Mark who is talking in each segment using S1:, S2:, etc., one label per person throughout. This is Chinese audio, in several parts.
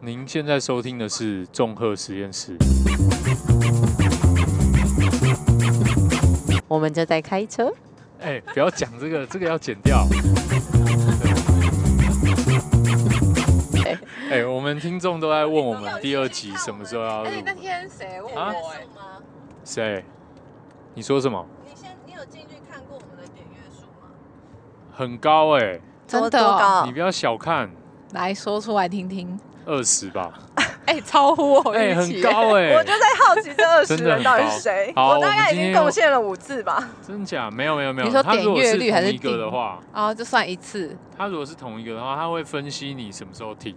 S1: 您现在收听的是众鹤实验室。
S2: 我们就在开车。
S1: 哎、不要讲这个，这 个要剪掉。
S2: 对
S1: 哎、我们听众都在问我们第二集什么时候要
S3: 而
S1: 录
S3: 哎且。那天谁问
S1: 啊
S3: 我、哎，
S4: 吗？
S1: 谁？你说什么？
S4: 你先，你有进去看过我们的点阅数吗？
S1: 很高哎、
S2: 真
S4: 多
S2: 的
S4: 多
S2: 哦
S4: 高
S1: 你不要小看
S3: 来说出来听听。
S1: 二十吧，
S3: 哎、超乎 我
S1: 哎、
S3: 预期、
S1: 很高哎、
S4: 我就在好奇这二十
S1: 真的
S4: 人
S1: 很
S4: 到底
S1: 高
S4: 是谁。
S1: 好
S4: 我
S1: 我
S4: 大
S1: 们
S4: 概已
S1: 今
S4: 经
S1: 天
S4: 贡献了五次吧。
S1: 真假？没有没有没有。
S3: 你说
S1: 他如果
S3: 点阅率还
S1: 同
S3: 是
S1: 一个的
S3: 订
S1: 话，
S3: 哦，就算一次。
S1: 他如果是同一个的话，他会分析你什么时候听。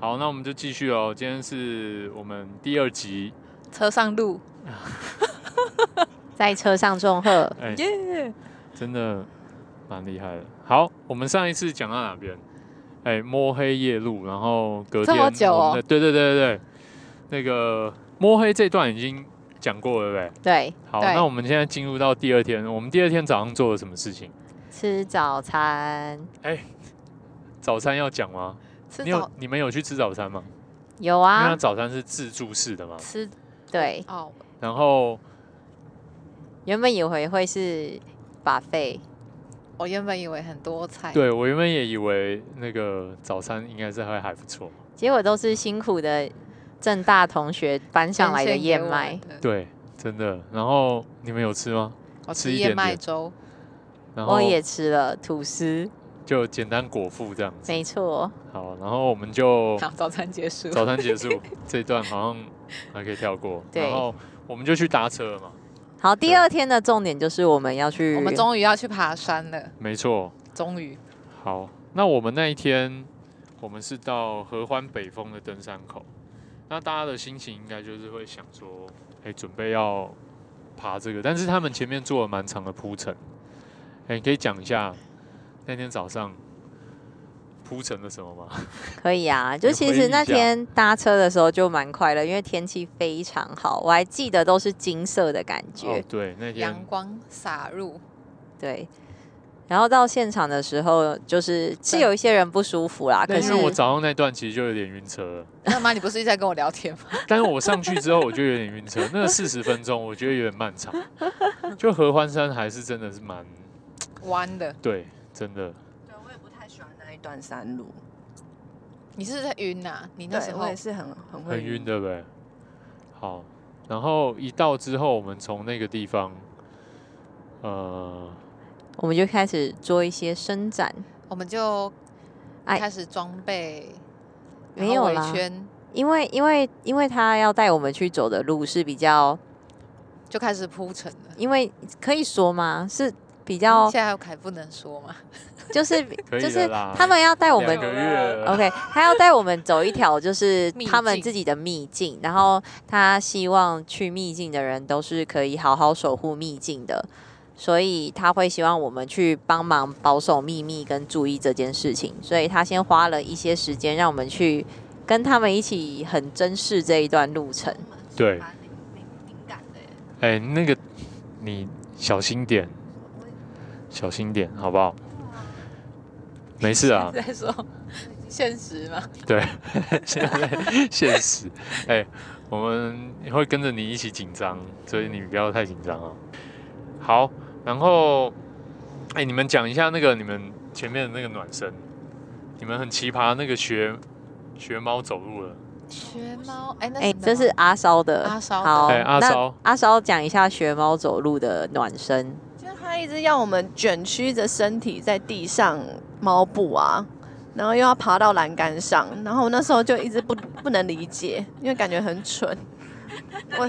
S1: 好，那我们就继续哦。今天是我们第二集，
S3: 车上路，
S2: 在车上种鹤，
S1: 哎、
S3: 耶、
S1: 真的蛮厉害的。好，我们上一次讲到哪边？哎、摸黑夜路，然后隔
S3: 这
S1: 天
S3: 么久
S1: 我
S3: 哦
S1: 们的对对对对对，那个摸黑这段已经讲过了，对不对？
S2: 对，
S1: 好，
S3: 对
S1: 那我们现在进入到第二天，我们第二天早上做了什么事情？
S2: 吃早餐。
S1: 早餐要讲吗？
S3: 吃
S1: 你
S3: 早
S1: 有你们有去吃早餐吗？
S2: 有
S1: 因为它
S2: 啊，
S1: 早餐是自助式的嘛，
S2: 吃对，
S3: 哦，
S1: 然后
S2: 原本以为会是把费，
S3: 我原本以为很多菜，
S1: 对我原本也以为那个早餐应该是会还不错，
S2: 结果都是辛苦的正大同学搬上来的燕麦，，
S1: 对，真的。然后你们有吃吗？
S3: 我
S1: 吃
S3: 吃
S1: 一
S3: 燕
S1: 点
S3: 麦
S1: 点
S3: 粥，
S1: 然后
S2: 我也吃了吐司，
S1: 就简单果腹这样子。
S2: 没错，
S1: 好，然后我们就
S3: 好，早餐结束。
S1: 早餐结束这一段好像还可以跳过，
S2: 对
S1: 然后我们就去搭车了嘛，
S2: 好，第
S1: 对
S2: 二天的重点就是我们要去，
S3: 我们终于要去爬山了，
S1: 没错。
S3: 终于。
S1: 好，那我们那一天，我们是到合欢北峰的登山口，那大家的心情应该就是会想说，哎、准备要爬这个，但是他们前面做了蛮长的铺陈，哎、你可以讲一下那天早上铺陈了什么吗？
S2: 可以啊，就
S1: 你
S2: 其
S1: 回忆
S2: 实
S1: 一
S2: 那
S1: 下
S2: 天搭车的时候就蛮快乐，因为天气非常好，我还记得都是金色的感觉，
S1: 哦，对，那天
S3: 阳光洒入，
S2: 对。然后到现场的时候，就是是有一些人不舒服啦，可
S1: 但
S2: 是
S1: 因为我早上那段其实就有点晕车了，
S3: 那妈，你不是一直在跟我聊天吗？
S1: 但是我上去之后我就有点晕车，那四十分钟我觉得有点漫长，就合欢山还是真的是蛮
S3: 弯的，
S1: 对，真的。
S4: 对，我也不太喜欢那一段山路。
S3: 你是不是在晕呐？你那时
S4: 对，我
S3: 候
S4: 也是很很会
S1: 很晕，对不对？好，然后一到之后，我们从那个地方，呃，
S2: 我们就开始做一些伸展，
S3: 我们就
S2: 哎
S3: 开始装备，然
S2: 没
S3: 后
S2: 有
S3: 围
S2: 啦，
S3: 圈
S2: 因为因为因为他要带我们去走的路是比较，
S3: 就开始铺陈了。
S2: 因为可以说吗？是比较
S3: 嗯
S1: 嗯
S3: 现在还不能说嘛？
S2: 就 是
S1: 可以
S2: 就
S1: 了
S2: 是
S1: 啦
S2: 他们要带我们
S1: 两个月了
S2: OK，他要带我们走一条就是
S3: 秘
S2: 他们
S3: 境，
S2: 自己的秘境，然后他希望去秘境的人都是可以好好守护秘境的，所以他会希望我们去帮忙保守秘密跟注意这件事情，所以他先花了一些时间让我们去跟他们一起很珍视这一段路程。
S1: 对
S4: 蛮敏敏敏感的耶。
S1: 哎、那个你小心点，小心点，好不好？没事啊
S3: 在说 现实嘛？
S1: 现在现实，哎、我们会跟着你一起紧张，所以你不要太紧张啊。好，然后，哎、你们讲一下那个你们前面的那个暖身，你们很奇葩那个学学猫走路了，
S3: 学猫，哎，那
S2: 哎、
S3: 真的
S2: 这是
S3: 吗
S2: 阿烧的，
S3: 阿烧的
S2: 好，
S1: 哎阿
S2: 那
S1: 烧
S2: 阿烧讲一下学猫走路的暖身。
S4: 就是他一直要我们卷曲着身体在地上猫步啊，然后又要爬到栏杆上，然后我那时候就一直不不能理解，因为感觉很蠢。我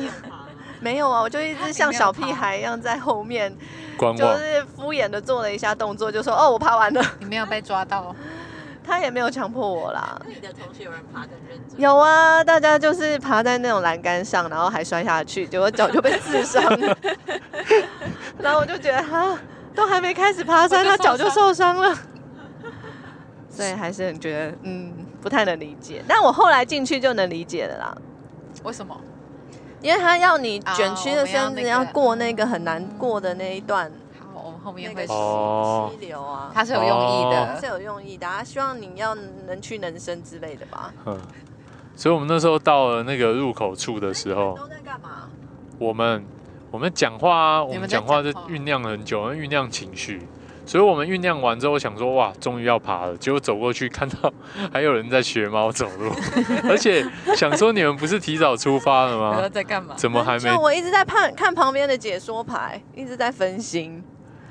S4: 没有啊，我就一直像小屁孩一样在后面，
S1: 观
S4: 就
S1: 望。
S4: 是敷衍的做了一下动作，就说哦我爬完了，
S3: 你没有被抓到，
S4: 他也没有强迫我啦。
S2: 你的同学有人爬更认真
S4: 有啊，大家就是爬在那种栏杆上，然后还摔下去，结果脚就被刺伤。 然后我就觉得哈，都还没开始爬山，他
S3: 我就
S4: 脚
S3: 受伤
S4: 就受伤了。 所以还是很觉得嗯不太能理解，但我后来进去就能理解了啦，
S3: 为什么？
S4: 因为他要你
S3: 啊
S4: 卷曲的身
S3: 我
S4: 子，
S3: 们
S4: 要
S3: 要那个嗯
S4: 过那个很难过的那一段
S3: 好，我们后面
S4: 那
S3: 会
S4: 个
S3: 说，
S1: 哦
S4: 溪流啊，
S3: 它是有用 意
S4: 它是
S3: 的。
S4: 有用意的、啊，他希望你要能屈能伸之类的吧。
S1: 嗯，所以我们那时候到了那个入口处的时候，
S4: 都在干嘛？
S1: 我们我们讲话啊，我
S3: 你
S1: 们
S3: 们在
S1: 讲话就
S3: 讲话
S1: 酝酿了很久，酝酿情绪。所以我们酝酿完之后，想说哇，终于要爬了。结果走过去看到 还有人在学猫走路， 而且想说你们不是提早出发了
S3: 不知道
S1: 吗？
S3: 在干嘛？
S1: 怎么还没
S4: 就？我一直在看看旁边的解说牌，一直在 分心，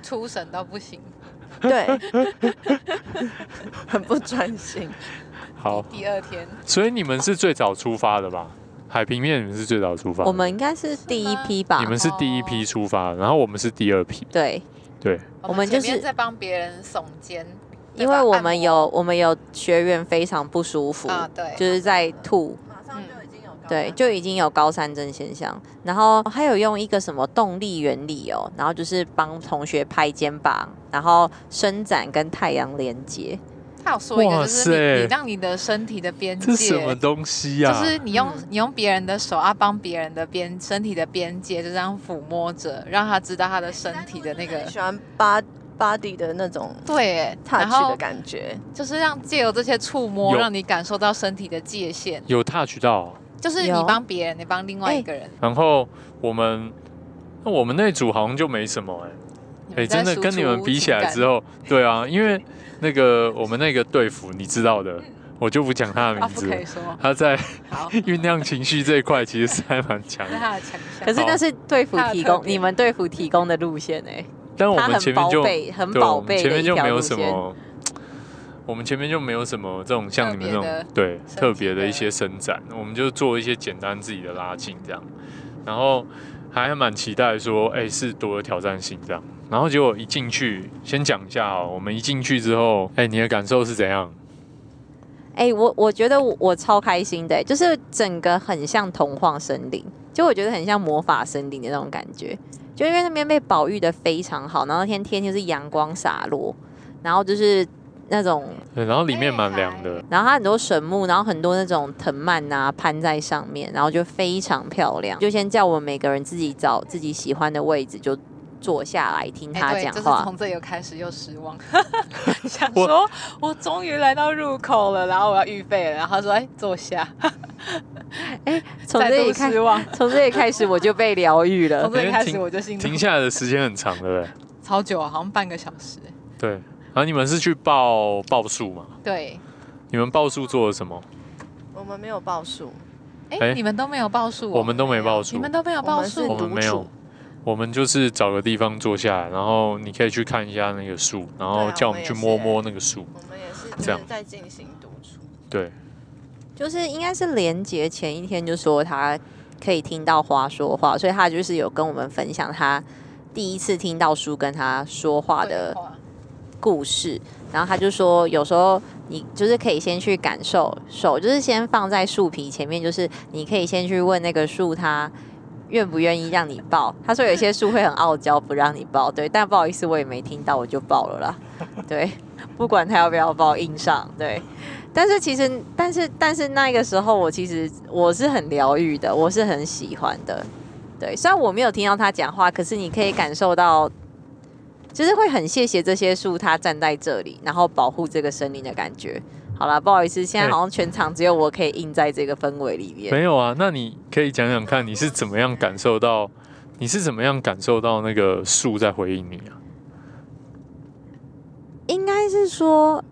S3: 出神到不 行。
S4: 对，很不专心。
S1: 好，
S3: 第二天，
S1: 所以你们是最早出发的吧？海平面你们是最早出发的，
S2: 我们啊应该是第一
S3: 吗
S2: 批吧
S1: 你？们是第一批出发，然后我们是第二批。
S2: 对，
S1: 对，
S2: 我们就
S3: 前面
S2: 是
S3: 在帮别人耸肩，
S2: 因为我们
S3: 对吧
S2: 有我们有学员非常不舒服，
S3: 按摩啊，对，
S2: 就是在吐，
S4: 马上就已经有高
S2: 对，
S4: 山
S2: 就已经有高山症现象，然后还有用一个什么动力原理哦，然后就是帮同学拍肩膀，然后伸展跟太阳连接，
S3: 他有说一个，
S1: 哇
S3: 就是你
S1: 塞
S3: 你让你的身体的边界，
S1: 这什么东西啊呀、
S3: 就是你用、
S2: 嗯
S3: 你用别人的手啊，帮别人的边身体的边界就这样抚摸着，让他知道他的身体哎的那
S4: 很
S3: 个
S4: 喜欢 body body 的那种
S3: 对，然
S4: touch 的
S3: 后
S4: 感觉，
S3: 就是让借由这些触摸，
S1: 有
S3: 让你感受到身体的界限，
S1: 有 touch 到。
S3: 就是你
S2: 有哎
S3: 帮别人，你帮另外一个人，
S1: 然后我们，那我们那组好像就没什么哎、
S3: 你
S1: 哎、
S3: 们在
S1: 真的
S3: 输
S1: 跟你
S3: 出
S1: 们比起来
S3: 情感
S1: 之，后，对啊，因为那个我们那个队服你知道的，我就不讲他的
S3: 啊，
S1: 名
S3: 不
S1: 字
S3: 可
S1: 了
S3: 以。说
S1: 他在
S3: 好，
S1: 酝酿情绪这一块其实是还蛮强
S3: 那
S1: 的，
S3: 他的强项。
S2: 可是那
S1: 好
S2: 是队服
S3: 它有
S2: 提
S3: 特
S2: 供
S3: 别
S2: 你们队服提供的路线哎、
S1: 但我
S2: 它
S1: 们
S2: 很
S1: 前面
S2: 宝
S1: 就
S2: 贝，很
S1: 对，
S2: 宝
S1: 我们
S2: 贝
S1: 前
S2: 的
S1: 面
S2: 一
S1: 就
S2: 条
S1: 没有
S2: 路
S1: 什
S2: 线。
S1: 么，我们前面就没有什么这种像你们这
S3: 特别的
S1: 种对
S3: 身体
S1: 特别的
S3: 的
S1: 一些伸展，我们就做一些简单自己的拉筋这样，然后还蛮期待说，哎、是多有挑战性这样。然后结果一进去，先讲一下哦，我们一进去之后，哎、你的感受是怎样？
S2: 哎、我我觉得我我超开心的、就是整个很像童话森林，就我觉得很像魔法森林的那种感觉，就因为那边被保育的非常好，然后那天天就是阳光洒落，然后就是那种，
S1: 对，然后里面
S3: 哎
S1: 蛮凉的，
S2: 然后它很多神木，然后很多那种藤蔓啊攀在上面，然后就非常漂亮。就先叫我们每个人自己找自己喜欢的位置就坐下来听
S3: 哎
S2: 他
S3: 对，
S2: 讲
S3: 就是
S2: 话。
S3: 从这里又开始又失 望，想说我终于来到入口了，然后我要预备了，然后他说哎坐下，
S2: 从
S3: 再
S2: 这
S3: 度
S2: 里开
S3: 失，望，
S2: 从这里开始我就被疗愈了
S3: 从。这里开始
S1: 停
S3: 我就心
S1: 停
S3: 动，
S1: 下来的时间很长，对不对？
S3: 超久啊，好像半个小时，
S1: 对。然后你们是去报报数嘛？
S3: 对，
S1: 你们报数做了什么？
S4: 我们没有报数，
S1: 哎
S3: 哎你们都没有报数哦，
S1: 我们都没报数
S3: 你们都没有
S4: 我
S3: 报
S4: 们是
S1: 我
S3: 数，
S1: 们
S4: 独
S1: 没有
S4: 处，
S1: 我们就是找个地方坐下来，然后你可以去看一下那个树，然
S4: 对
S1: 后
S4: 啊
S1: 叫我
S4: 我
S1: 们
S4: 也
S1: 去
S4: 是
S1: 摸
S4: 欸
S1: 摸那个树。
S4: 我们也是
S1: 这样
S4: 在进行独处。
S1: 对，
S2: 就是应该是连杰前一天就说他可以听到花说话，所以他就是有跟我们分享他第一次听到书跟他说话的
S3: 对话
S2: 故事。然后他就说，有时候你就是可以先去感受，手就是先放在树皮前面，就是你可以先去问那个树它愿不愿意让你抱。他说有些树会很傲娇不让你抱，对，但不好意思，我也没听到，我就抱了啦。对，不管他要不要抱，硬上对。但是其实，但是但是那个时候，我其实我是很疗愈的，我是很喜欢的。对，虽然我没有听到他讲话，可是你可以感受到，就是会很谢谢这些树，它站在这里，然后保护这个森林的感觉。好啦，不好意思，现在好像全场只有我可以印在这个氛围里面。
S1: 没有啊。那你可以讲讲看，你是怎么样感受到，你是怎么样感受到那个树在回应你啊？
S2: 应该是说，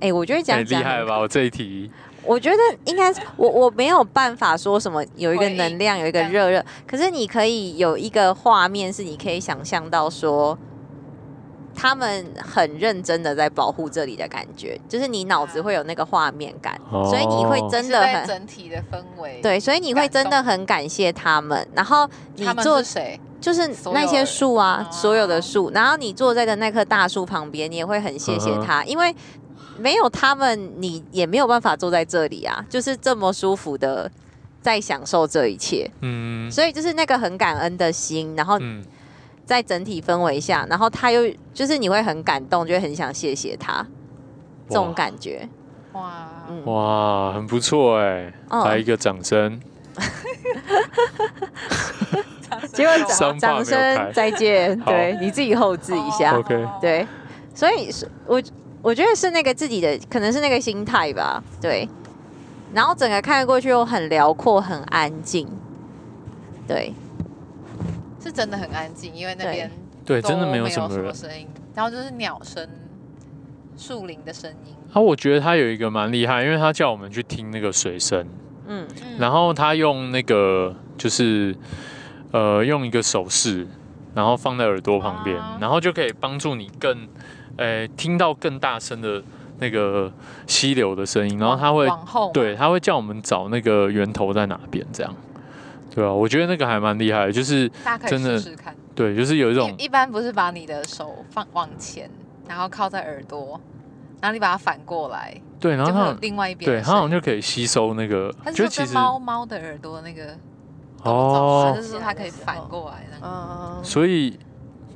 S2: 哎、我觉得
S1: 哎，
S2: 讲
S1: 厉
S2: 讲很
S1: 害吧？我这一题，
S2: 我觉得应该是我我没有办法说什么有一个能量有一个热热，可是你可以有一个画面是你可以想象到说，他们很认真的在保护这里的感觉，就是你脑子会有那个画面感，
S1: 哦
S2: 所以你会真的
S3: 是在
S2: 很
S3: 整体的氛围，，
S2: 对，所以你会真的很感谢他们。然后你
S3: 他们
S2: 做
S3: 是谁？
S2: 就是那些树
S1: 嗯
S2: 啊，
S3: 所
S2: 所
S3: 有人
S2: 有的树，然后你坐在的那棵大树旁边，你也会很谢谢他，
S1: 嗯
S2: 因为没有他们，你也没有办法坐在这里啊，就是这么舒服的在享受这一切，
S1: 嗯
S2: 所以就是那个很感恩的心，然后
S1: 嗯，
S2: 在整体氛围下，然后他又就是你会很感动，就会很想谢谢他，这种
S1: 哇
S2: 感觉，
S3: 哇，
S2: 嗯，
S1: 哇，很不错哎，
S2: 哦
S1: 来一个掌声。
S2: 结果
S1: 伤疤没
S2: 掌
S1: 有
S2: 掌声
S1: 开
S2: 再见，
S1: 好
S2: 对你自己后置一下
S1: 哦，OK
S2: 对，所以是我我觉得是那个自己的，可能是那个心态吧，对，然后整个看过去又很辽阔、很安静。对，
S3: 是真的很安静，因为那
S2: 对
S3: 边
S1: 对，
S3: 都
S1: 真的没有
S3: 有
S1: 什么人。
S3: 声音，然后就是鸟声、树林的声音。
S1: 啊，我觉得他有一个蛮厉害，因为他叫我们去听那个水声，
S2: 嗯，
S3: 嗯
S1: 然后他用那个就是呃用一个手势，然后放在耳朵旁边，
S3: 啊
S1: 然后就可以帮助你更呃听到更大声的那个溪流的声音，然后他会
S3: 往后啊
S1: 对，他会叫我们找那个源头在哪边，这样。对啊，我觉得那个还蛮厉害的，就是
S3: 大家可以
S1: 真的
S3: 试试看。
S1: 对，就是有一种
S3: 一一般不是把你的手放往前，然后靠在耳朵，然后你把它反过来，
S1: 对，然后
S3: 就会
S1: 他
S3: 有
S1: 好
S3: 另外一边
S1: 对
S3: 的
S1: 他好像
S3: 声音。
S1: 就可以吸收那个，
S3: 它
S1: 就是其
S3: 说跟
S1: 实
S3: 猫猫的耳朵那个
S1: 哦
S3: 它，就是说它可以反过来那个。
S4: 嗯，
S1: 所以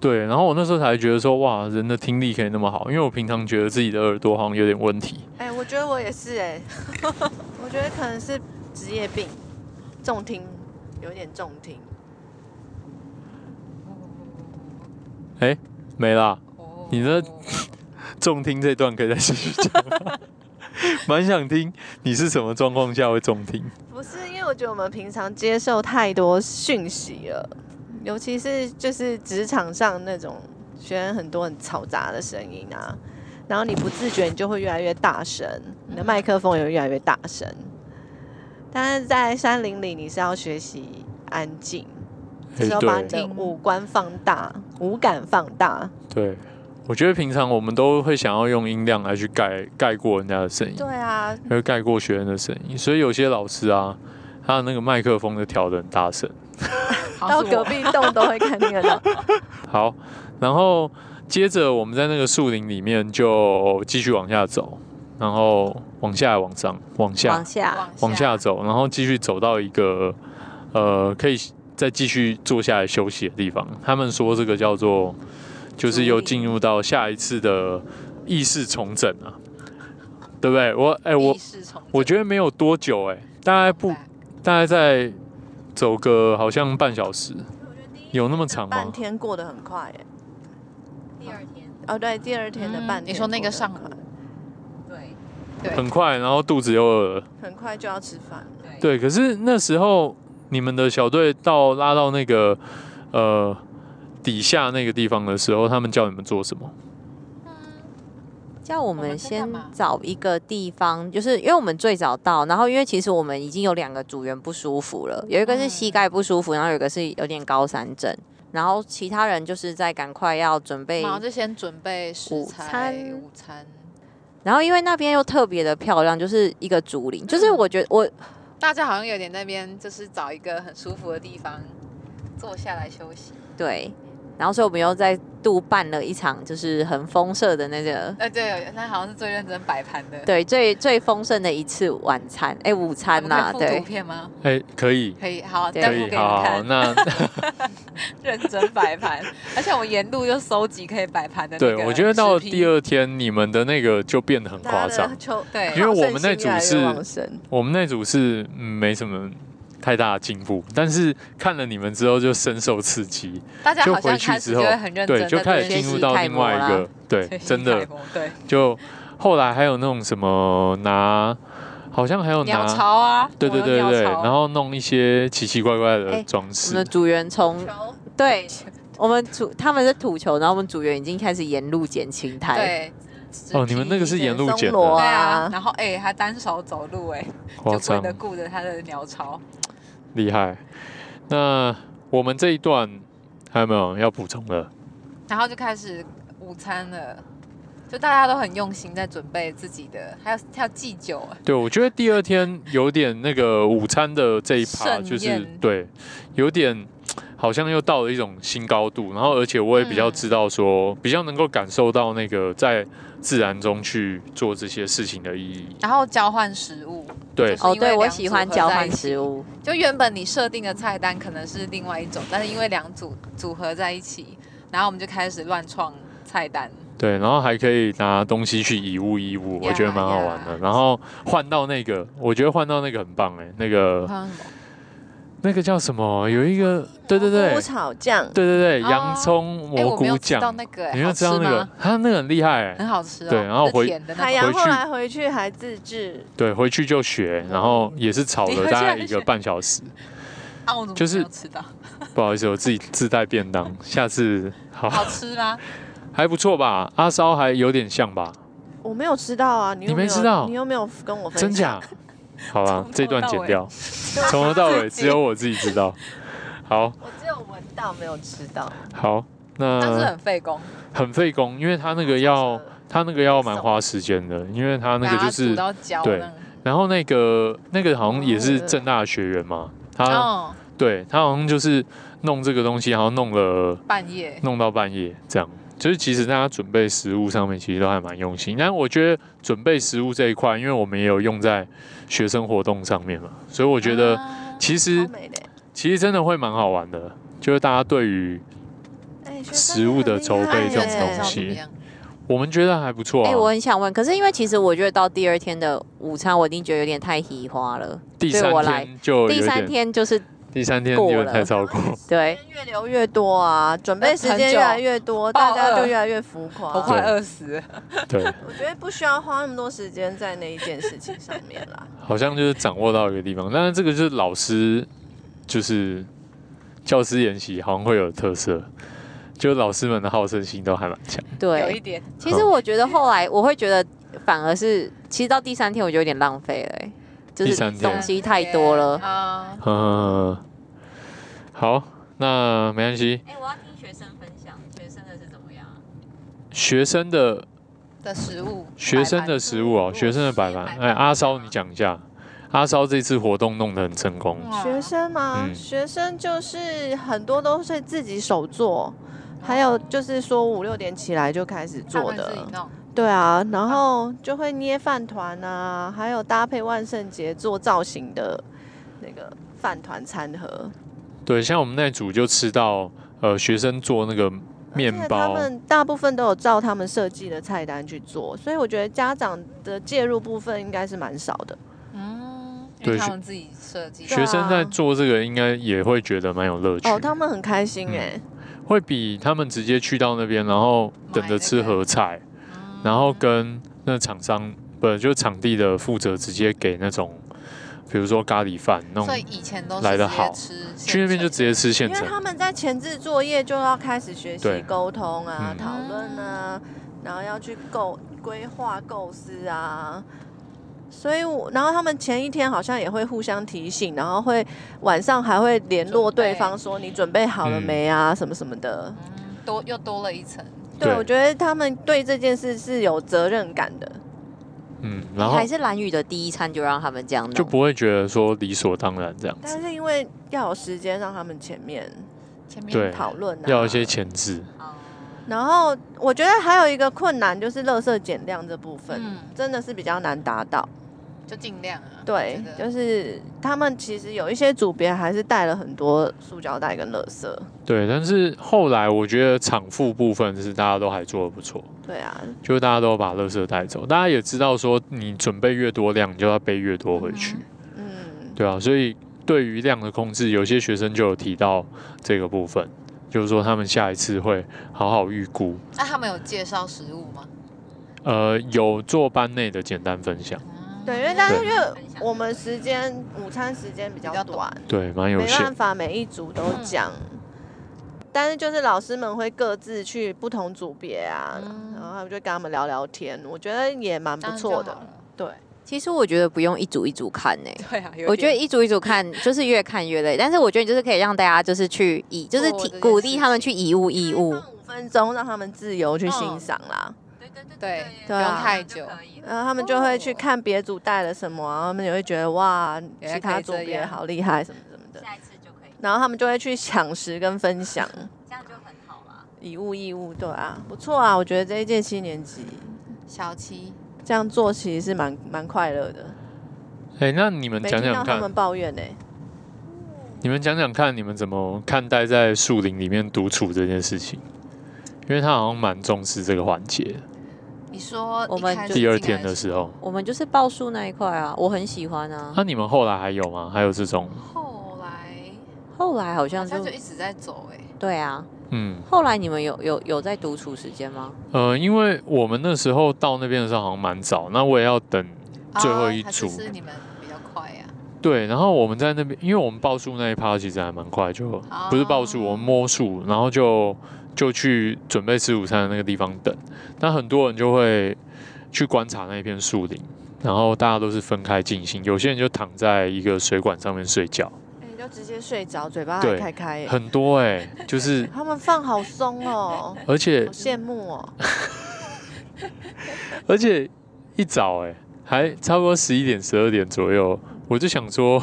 S1: 对，然后我那时候才觉得说，哇，人的听力可以那么好，因为我平常觉得自己的耳朵好像有点问题。
S4: 哎、我觉得我也是哎、 我觉得可能是职业病，重听有点重听。
S1: 没啦，
S3: 哦
S1: 你这重听这段可以再继续讲 吗。蛮想听你是什么状况下会重听，
S4: 不是，因为我觉得我们平常接受太多讯息了，尤其是就是职场上那种学员很多很嘈杂的声音啊，然后你不自觉你就会越来越大声，你的麦克风也会越来越大声。但是在山林里，你是要学习安静，
S1: 哎
S4: 是要把你
S1: 对
S4: 的五官放大、五感放大。
S1: 对，我觉得平常我们都会想要用音量来去盖盖过人家的声音，
S4: 对啊，
S1: 会盖过学员的声音，所以有些老师啊，他的那个麦克风都调的很大声。
S4: 到隔 壁栋都会看见 的。
S1: 好，然后接着我们在那个树林里面就继续往下走，然后往下、往上、往下
S2: 往、下，
S1: 往下走，然后继续走到一个呃可以再继续坐下来休息的地方。他们说这个叫做，就是又进入到下一次的意识重整啊，对不对？我哎、我我觉
S3: 得
S1: 得没有多久哎、大概不大概在走个好像半小时，有那么长吗
S4: 半？天过得很快耶。
S2: 第二天，
S4: 哦，对，第二天的半天、
S3: 嗯你说那个上午
S2: 对
S3: 对
S1: 很快，然后肚子又饿了。
S4: 很快就要吃饭了。
S1: 对，
S2: 对，
S1: 可是那时候你们的小队到拉到那个呃底下那个地方的时候，他们叫你们做什么？
S2: 叫我
S3: 们
S2: 们
S3: 在干
S2: 先
S3: 嘛
S2: 找一个地方，就是因为我们最早到，然后因为其实我们已经有两个组员不舒服了，有一个是膝
S3: 嗯
S2: 盖不舒服，然后有一个是有点高山症，然后其他人就是在赶快要准备
S3: 然后就先准备食
S2: 午
S3: 材、
S2: 餐
S3: 午餐，
S2: 然后因为那边又特别的漂亮，就是一个竹林，就是我觉得我
S3: 大家好像有点那边就是找一个很舒服的地方坐下来休息。
S2: 对，然后所以我们又在杜办了一场就是很丰盛的那个，
S3: 呃，对，那好像是最认真摆盘的。
S2: 对，最最丰盛的一次晚餐，哎，午
S3: 我
S2: 餐
S3: 们
S2: 呐、
S3: 可以附
S2: 对
S3: 图，片吗？
S1: 哎、可以，
S3: 可以，好，
S1: 可
S3: 再附给
S1: 以，
S3: 你
S1: 好啊好，
S3: 看
S1: 好。 那
S3: 认真摆盘，而且我沿路就搜集可以摆盘的那
S1: 对
S3: 个
S1: 我觉得到
S3: 视频
S1: 第，二天你们的那个就变得很夸
S4: 大家
S1: 张
S4: 的， 求
S3: 对
S1: 因为我们那组
S4: 好胜心
S1: 是
S4: 越来越旺盛
S1: 我们那组是、嗯没什么太大的进步，但是看了你们之后就深受刺激，
S3: 大家
S1: 就
S3: 好像
S1: 回
S3: 开
S1: 去
S3: 始
S1: 之
S3: 就
S1: 后
S3: 会很认，真
S1: 对，
S3: 地
S1: 就开始
S3: 学
S1: 进
S3: 习
S1: 入到
S2: 开
S1: 另外一
S2: 模啦
S1: 个，对
S3: 学，习
S1: 真的
S3: 楷。模对
S1: 就后来还有那种什么拿，好像还有
S3: 鸟
S1: 拿，
S3: 巢啊，
S1: 对对对对，然
S3: 后
S1: 后弄一些奇奇怪怪的
S2: 哎
S1: 装
S2: 我
S1: 饰。
S2: 们的组员从对，我们组他们是土球，然后我们组员已经开始沿路捡青苔，
S3: 对
S1: 哦，你们那个是沿路捡
S4: 松萝
S1: 的，
S3: 对
S4: 哇
S3: 啊，然后哎、还单手走路哎、
S1: 夸
S3: 就为
S1: 张
S3: 了顾着他的鸟巢，
S1: 厉害。那我们这一段还有没有要补充的？
S3: 然后就开始午餐了。就大家都很用心在准备自己的，还有还有祭酒，啊
S1: 对，我觉得第二天有点那个午餐的这一趴，
S3: 盛
S1: 就是
S3: 宴
S1: 对，有点好像又到了一种新高度。然后，而且我也比
S3: 嗯
S1: 较知道说，比较能够感受到那个在自然中去做这些事情的意义。
S3: 然后交换食物。
S1: 对
S3: 就是
S2: 哦，
S3: 因为
S2: 对，我
S3: 两
S2: 喜
S3: 组
S2: 欢
S3: 合
S2: 交
S3: 在
S2: 换
S3: 一起
S2: 食物，
S3: 就原本你设定的菜单可能是另外一种，但是因为两组组合在一起，然后我们就开始乱创菜单。
S1: 对，然后还可以拿东西去以物易物，我觉得蛮好玩的。
S3: 呀呀
S1: 欸
S3: 啊
S1: 然后换到那个，我觉得换到那个很棒哎、那个
S3: 看什么？
S1: 那个叫什么？有一个，对对对
S4: 蘑菇，炒酱，
S1: 对对对，
S3: 哦
S1: 洋葱蘑
S3: 哎，我没
S1: 菇
S3: 有吃
S1: 酱
S3: 到，那个、欸，
S1: 你没有
S3: 好
S1: 知
S3: 吃
S1: 道那个
S3: 吗？？
S1: 它那个很厉害、欸，
S3: 很好吃哦，
S1: 对然后
S3: 是
S1: 回
S3: 甜的那
S4: 海
S3: 种。
S4: 洋后
S1: 回去
S4: 来回去还自制，
S1: 对，回去就学，然后也是炒
S3: 你
S1: 了
S3: 回
S1: 大
S3: 去
S1: 概
S3: 还
S1: 一个
S3: 学
S1: 半小时。
S3: 啊，我怎么
S1: 就
S3: 没
S1: 是
S3: 有吃到？
S1: 不好意思，我自己自带便当，下次好
S3: 好吃
S1: 呃
S3: 吗？
S1: 还不错吧？阿烧还有点像吧？
S4: 我没有吃到啊，你
S1: 你
S4: 又
S1: 没
S4: 没
S1: 吃
S4: 有，
S1: 到
S4: 你又没有跟我分
S1: 真
S4: 享，
S1: 假？好吧
S3: 从，
S1: 这
S3: 头
S1: 段
S3: 到
S1: 剪
S3: 尾
S1: 掉，从头到尾只有我自己知道。好
S4: 我只有闻到没有吃到，
S1: 好，
S3: 但是
S1: 那
S3: 很费工，
S1: 很费工，因为他那个要他那个要蛮花时间的，因为他那个
S3: 把
S1: 就
S3: 它
S1: 是
S3: 煮，到焦
S1: 对
S3: 那种。
S1: 然后那个那个好像也是
S4: 哦
S1: 正大的学员嘛，他
S3: 哦，
S1: 对他好像就是弄这个东西，然后弄了
S3: 半夜
S1: 弄到半夜这
S2: 嗯
S1: 样。就是其实大家准备食物上面其实都还蛮用心，但我觉得准备食物这一块，因为我们也有用在学生活动上面嘛，所以我
S3: 我
S1: 觉得
S3: 啊、
S1: 其实
S4: 超美的欸。
S1: 其实真的会蛮好玩的，就是大家对于
S4: 哎学生
S1: 食物的筹
S4: 很厉害
S1: 备这种
S4: 耶
S1: 东西
S3: 不一样
S1: 我们觉得还不错啊。
S2: 哎、我很想问，可是因为其实我觉得到第二天的午餐，我一定觉得有点太稀花了。
S1: 第三
S2: 对我来
S1: 天哦就有
S2: 第
S1: 点，
S2: 三天就是
S1: 第三天
S2: 过
S1: 有点
S2: 了
S1: 太超 过，
S2: 对，
S4: 越留越多啊，准备时间越来越多，
S3: 那很
S4: 大
S3: 久
S4: 家就越来越浮夸。
S3: 我
S2: 呃
S3: 快饿死了。
S1: 对，
S4: 我觉得不需要花那么多时间在那一件事情上面啦。
S1: 好像就是掌握到一个地方。但是这个就是老师，就是教师研习好像会有特色，就老师们的好胜心都还蛮强。
S3: 有一
S2: 对。
S3: 点，
S2: 其实
S1: 好
S2: 我觉得后来我会觉得，反而是其实到第三天我就有点浪费了、欸，就
S1: 第
S2: 是
S1: 三天
S2: 东西太多了。
S3: 啊、
S1: 嗯，好，那没关系。
S2: 哎、我要听学生分享，学生的是怎么样？
S1: 学生的
S3: 的食物，
S1: 学生
S3: 白
S1: 的
S3: 饭
S1: 食物哦，
S2: 嗯
S1: 学生的摆
S2: 是
S1: 盘。
S2: 摆
S1: 哎，
S2: 盘
S1: 阿烧，你讲一下，阿烧这次活动弄得很成功。
S3: 哇
S4: 学生吗？
S1: 嗯
S4: 学生就是很多都是自己手做，还有就是说五六点起来就开始做
S3: 他们自己
S4: 的，
S3: 弄嗯
S4: 对啊，然后就会捏饭团啊，还有搭配万圣节做造型的那个饭团餐盒。
S1: 对，像我们那组就吃到呃学生做那个面
S4: 而且他
S1: 包，
S4: 们大部分都有照他们设计的菜单去做，所以我觉得家长的介入部分应该是蛮少的。
S3: 嗯，因
S1: 对
S3: 为他
S1: 学
S3: 们自己设计的，
S1: 学生在
S4: 啊
S1: 做这个应该也会觉得蛮有乐趣，
S4: 哦，他们很开
S1: 嗯
S4: 心哎、
S1: 会比他们直接去到那边，然后等
S3: 买
S1: 着
S3: 那
S1: 吃
S3: 个
S1: 盒菜，
S3: 嗯
S1: 然后跟那厂商不就场地的负责直接给那种，比如说咖喱饭那
S3: 所以
S1: 种，
S3: 以前都是
S1: 来得
S3: 直接
S1: 好
S3: 吃现
S1: 去那边就
S3: 成
S1: 直接吃现
S4: 因为
S1: 成。
S4: 他们在前置作业就要开始学
S1: 对
S4: 习沟通啊
S1: 嗯、
S4: 讨论啊，然后要去构规划、构思啊。所以我，然后他们前一天好像也会互相提醒，然后会晚上还会联络对方说你准备好
S1: 嗯
S4: 了没啊，什么什么的。
S3: 嗯多又多了一层，
S4: 对，
S1: 对
S4: 我觉得他们对这件事是有责任感的。
S1: 嗯，然后
S2: 还是蓝宇的第一餐就让他们这样弄，
S1: 就不会觉得说理所当然这样子，
S4: 但是因为要有时间让他们前面
S3: 前面
S1: 对
S4: 讨论、啊，
S1: 要有一些前置。
S2: 哦
S4: 然后我觉得还有一个困难就是垃圾减量这部分，
S3: 嗯
S4: 真的是比较难达到。
S3: 就尽量啊，
S4: 对
S3: 我，觉
S4: 就
S3: 得
S4: 是他们其实有一些组别还是带了很多塑胶袋跟垃圾。
S1: 对，但是后来我觉得场副部分是大家都还做的不错，
S4: 对啊，
S1: 就是大家都把垃圾带走，大家也知道说你准备越多量，你就要背越多回去，
S4: 嗯，
S1: 对啊，所以对于量的控制，有些学生就有提到这个部分，就是说他们下一次会好好预估，
S3: 那他们有介绍食物吗？
S1: 呃，有做班内的简单分享，
S4: 对，因
S3: 嗯
S4: 为大家
S1: 对
S4: 因为我们时间午餐时间比
S3: 比
S4: 较
S3: 较
S4: 短，
S1: 对，蛮有
S4: 没办
S1: 限，
S4: 法每一组都讲。但是就是老师们会各自去不同组别啊，
S3: 嗯
S4: 然后他们就跟他们聊聊天，我觉得也蛮不错的。对，
S2: 其实我觉得不用一组一组看呢、
S3: 对啊，有
S2: 我觉得
S3: 点
S2: 一组一组看，就是越看越累。但是我觉得你就是可以让大家就是去以，就是
S3: 做
S2: 提
S3: 这件
S2: 鼓
S3: 事
S2: 励他们去以物易物。
S4: 五分钟让他们自由去欣
S3: 嗯
S4: 赏啦，
S3: 对，不
S4: 对
S3: 用
S4: 啊
S3: 太久，
S4: 然后他们就会去看别组带了什么，然后他们也会觉得哇，
S3: 原
S4: 其
S3: 来可
S4: 他
S3: 以
S4: 组
S3: 这
S4: 别
S3: 样
S4: 好厉害什么什么的，
S2: 下一次就可以，
S4: 然后他们就会去抢食跟分享，
S2: 这样就很好啦。
S4: 以物易物，对啊，不错啊，我觉得这一届七年级
S3: 小七
S4: 这样做其实是蛮蛮快乐的，
S1: 哎、那你们
S4: 没
S1: 讲
S4: 听到
S1: 讲
S4: 他
S1: 看
S4: 们，抱怨呢、
S1: 你们讲讲看，你们怎么看待在树林里面独处这件事情？因为他好像蛮重视这个环节的，
S3: 你说
S2: 我
S3: 一
S2: 们
S3: 开
S2: 就
S3: 始
S1: 第二
S3: 进来
S1: 天的时候，
S2: 我们就是报数那一块啊，我很喜欢啊
S1: 那、。你们后来还有吗？还有这种
S3: 候，后来
S2: 后来好
S3: 好
S2: 像
S3: 像
S2: 就
S3: 就一直在走哎、欸，
S2: 对啊，
S1: 嗯，
S2: 后来你们有有有在独处时间吗？
S1: 呃，因为我们那时候到那边的时候好像蛮早，那我也要等最后一
S3: 哦还
S1: 组。
S3: 是是你们比较快啊呀、
S1: 对，然后我们在那边，因为我们报数那一趴其实还蛮快，就、
S3: 哦
S1: 不是报数，我们摸数，然后就就去准备吃午餐的那个地方等。那很多人就会去观察那一片树林，然后大家都是分开进行，有些人就躺在一个水管上面睡觉，
S4: 哎，你就直接睡着，嘴巴
S1: 对
S4: 还开开、欸。
S1: 很多哎、就是
S4: 他们放好松 哦，
S1: 而且
S4: 好羡慕哦。
S1: 而且一早哎、还差不多十一点十二点左右，我就想说，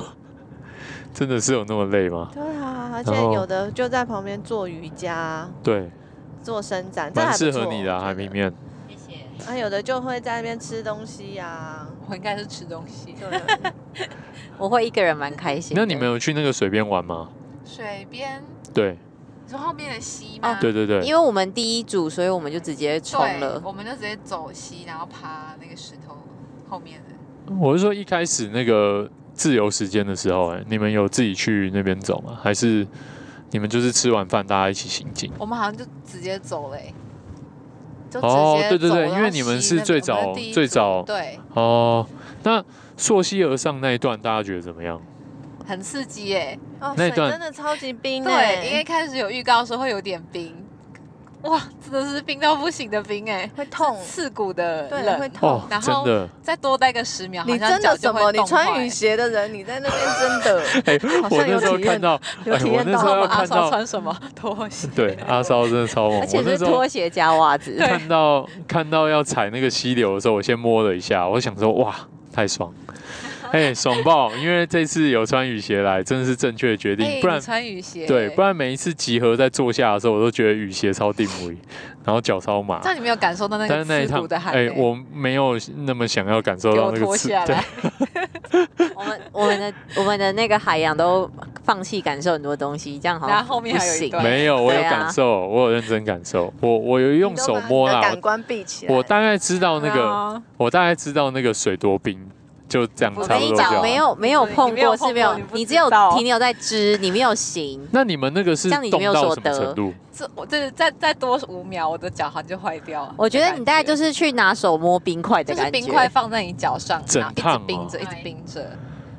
S1: 真的是有那么累吗？
S4: 对啊，而
S1: 后
S4: 且有的就在旁边做瑜伽、
S1: 对，
S4: 做伸展，这还
S1: 蛮
S4: 不
S1: 适合
S4: 错
S1: 你的、啊，
S4: 我觉
S1: 海
S4: 得
S1: 明面。
S2: 谢谢。
S4: 啊，有的就会在那边吃东西呀、啊。
S3: 我应该是吃东西。
S4: 对，
S2: 我会一个人蛮开心的。
S1: 那你们有去那个水边玩吗？
S3: 水边，
S1: 对，
S3: 你说后面的溪吗？
S1: 啊对对对，
S2: 因为我们第一组，所以我们就直接冲
S3: 对，
S2: 了。
S3: 我们就直接走溪，然后爬那个石头后面的。
S1: 我是说一开始那个自由时间的时候、哎，你们有自己去那边走吗？还是你们就是吃完饭大家一起行进？
S3: 我们好像就直接走了欸、就直
S1: 哦
S3: 接
S1: 对对
S3: 走
S1: 对
S3: 到
S1: 因为你们
S3: 西
S1: 是
S3: 那边
S1: 最
S3: 我
S1: 早
S3: 们第一
S1: 最
S3: 组
S1: 早
S3: 对，
S1: 哦，那溯溪而上那一段大家觉得怎么样？
S3: 很刺激耶、
S4: 哦，
S1: 那
S4: 水
S1: 一段
S4: 真的超级冰欸呢、
S3: 对，因为一开始有预告说会有点冰，哇，真的是冰到不行的冰哎、
S4: 会痛，
S3: 刺骨的
S4: 对，会
S3: 冷。
S4: 痛。
S1: 哦，
S3: 然
S1: 真
S3: 后
S1: 的，
S3: 再多待个十秒，
S4: 你
S3: 好像
S4: 真
S3: 脚
S4: 的
S3: 就
S4: 什
S3: 会
S4: 么？你
S3: 冻
S4: 穿
S3: 坏
S4: 雨鞋的人，你在那边真的
S1: 哎、
S4: 好
S1: 我
S4: 像
S1: 那
S4: 有
S1: 时候
S4: 体验
S1: 看到，
S4: 有
S1: 哎
S4: 体
S1: 我
S4: 验
S1: 那时候
S4: 到
S1: 要
S4: 吗？
S3: 阿
S1: 看
S3: 少
S1: 到，
S3: 啊穿什么 拖鞋？
S1: 对，阿骚真的超猛，
S2: 而
S1: 我
S2: 且
S1: 那
S2: 是
S1: 时候
S2: 拖。鞋加袜 子，
S1: 看到看到要踩那个溪流的时候，我先摸了一下，我想说哇，太爽，哎、爽爆！因为这次有穿雨鞋来，真的是正确的决定，
S3: 哎
S1: 不然
S3: 你穿雨鞋，
S1: 对，不然每一次集合在坐下的时候，我都觉得雨鞋超定 位，然后脚超麻
S3: 这。样你没有感受到那
S1: 但
S3: 个
S1: 是那一
S3: 刺
S1: 趟
S3: 骨，的寒
S1: 哎、
S3: 欸
S1: 我没有那么想要感受
S3: 给
S1: 到
S3: 我
S1: 那个
S3: 脱
S1: 刺，
S3: 下
S1: 对
S3: 来，
S2: 我们我们的我们的那个海洋都放弃感受很多东西，这样好
S3: 然
S2: 像
S3: 后后面还有一
S2: 不
S3: 段，
S1: 没有，我有
S2: 对啊
S1: 感受，我有认真感受，我我有 用
S4: 你都
S1: 手
S4: 把你
S1: 摸
S4: 的
S1: 啦，
S4: 感官闭起来。
S1: 我我大概知道那
S3: 对
S2: 嗯
S1: 个，
S3: 啊
S1: 我大概知道那个水多冰，就这样
S3: 我
S2: 我
S1: 差
S2: 跟
S1: 不
S2: 你
S1: 多就
S2: 讲，
S1: 好。
S2: 没有没有碰
S3: 你没有
S2: 过
S3: 碰过
S2: 是没有
S3: 你，不
S2: 你只
S3: 知
S2: 有
S3: 道
S2: 停留在知，你没有行。
S1: 那你们那个是
S2: 这样你
S1: 冻
S2: 没有
S1: 到
S2: 所
S1: 什么
S2: 得
S1: 程度？
S3: 这我这再再多五秒，我的脚好像就坏掉了。
S2: 我觉
S3: 的
S2: 得
S3: 感
S2: 你大概就是去拿手摸冰块的
S3: 就
S2: 感
S3: 是
S2: 觉，
S3: 冰块放在你脚上，
S1: 整
S3: 然后一
S1: 趟
S3: 直
S1: 哦
S3: 冰着，一直冰着。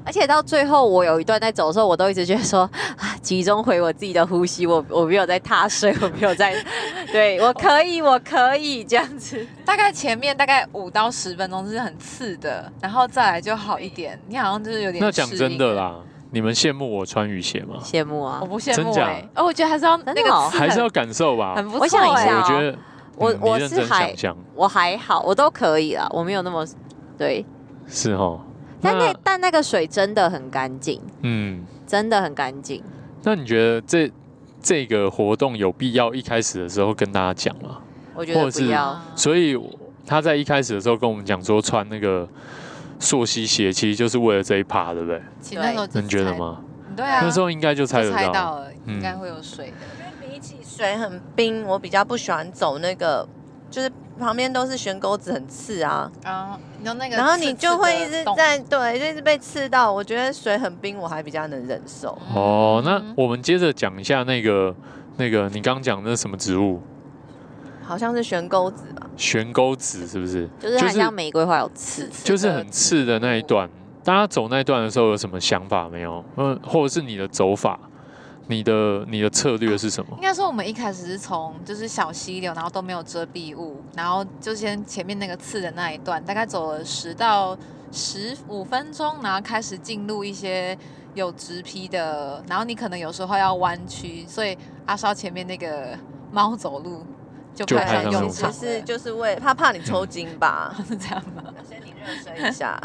S2: 而且到最后，我有一段在走的时候，我都一直觉得说，啊，集中回我自己的呼吸，我我没有在踏水， 我没有在，对我可以，我可以这样子。
S3: 大概前面大概五到十分钟是很刺的，然后再来就好一点。你好像就是有点
S1: 那讲
S3: 适应
S1: 真的，啦，你们羡慕我穿雨鞋吗？
S2: 羡慕啊
S3: 我！不羡慕
S1: 真假
S3: 哎，哦，我觉得还是要那
S2: 真的哦
S3: 个刺
S1: 还是要
S3: 很
S1: 感受吧？
S3: 很不错欸。
S2: 我想一下
S1: 我
S2: 哦
S1: 觉得，
S2: 我
S1: 嗯你
S2: 我
S1: 认
S2: 是
S1: 真
S2: 还
S1: 想想，
S2: 我还好，我都可以啦，我没有那么对。
S1: 是哦。
S2: 但那
S1: 那
S2: 但那个水真的很干净，
S1: 嗯，
S2: 真的很干净。
S1: 那你觉得这这个活动有必要一开始的时候跟大家讲吗？
S2: 我觉
S1: 或
S2: 得
S1: 者
S2: 不
S1: 是
S2: 要，
S3: 啊
S1: 所以他在一开始的时候跟我们讲说穿那个溯溪鞋，其实就是为了这一趴，对不对？
S3: 其实那时候就
S1: 你觉得吗？
S3: 猜？对啊，
S1: 那时候应该就猜
S3: 就
S1: 得
S3: 猜
S1: 到。
S3: 到了，
S1: 嗯
S3: 应该会有水的。
S4: 比起水很冰，我比较不喜欢走那个，就是旁边都是悬钩子，很刺啊。
S3: 然后你知道那个，
S4: 然后你就会一直在对，就一直被刺到。我觉得水很冰，我还比较能忍受。
S1: 哦，那
S3: 嗯
S1: 我们接着讲一下那个那个你刚讲的那什么植物，
S4: 好像是悬钩子吧？
S1: 悬钩子是不是？
S2: 就是很像玫瑰花有刺。
S1: 就是很刺的那一段。大家走那一段的时候有什么想法没有？嗯，或者是你的走法，你的你的策略是什么
S3: 应？该说，我们一开始是从就是小溪流，然后都没有遮蔽物，然后就先前面那个刺的那一段，大概走了十到十五分钟，然后开始进入一些有直劈的，然后你可能有时候要弯曲，所以阿烧前面那个猫走路就
S1: 就
S3: 派
S1: 派上
S3: 上用
S1: 用
S3: 场
S1: 场
S4: 其
S3: 了，
S4: 实就是为他怕你抽筋吧，
S3: 是这样吗？
S4: 先你热身一下。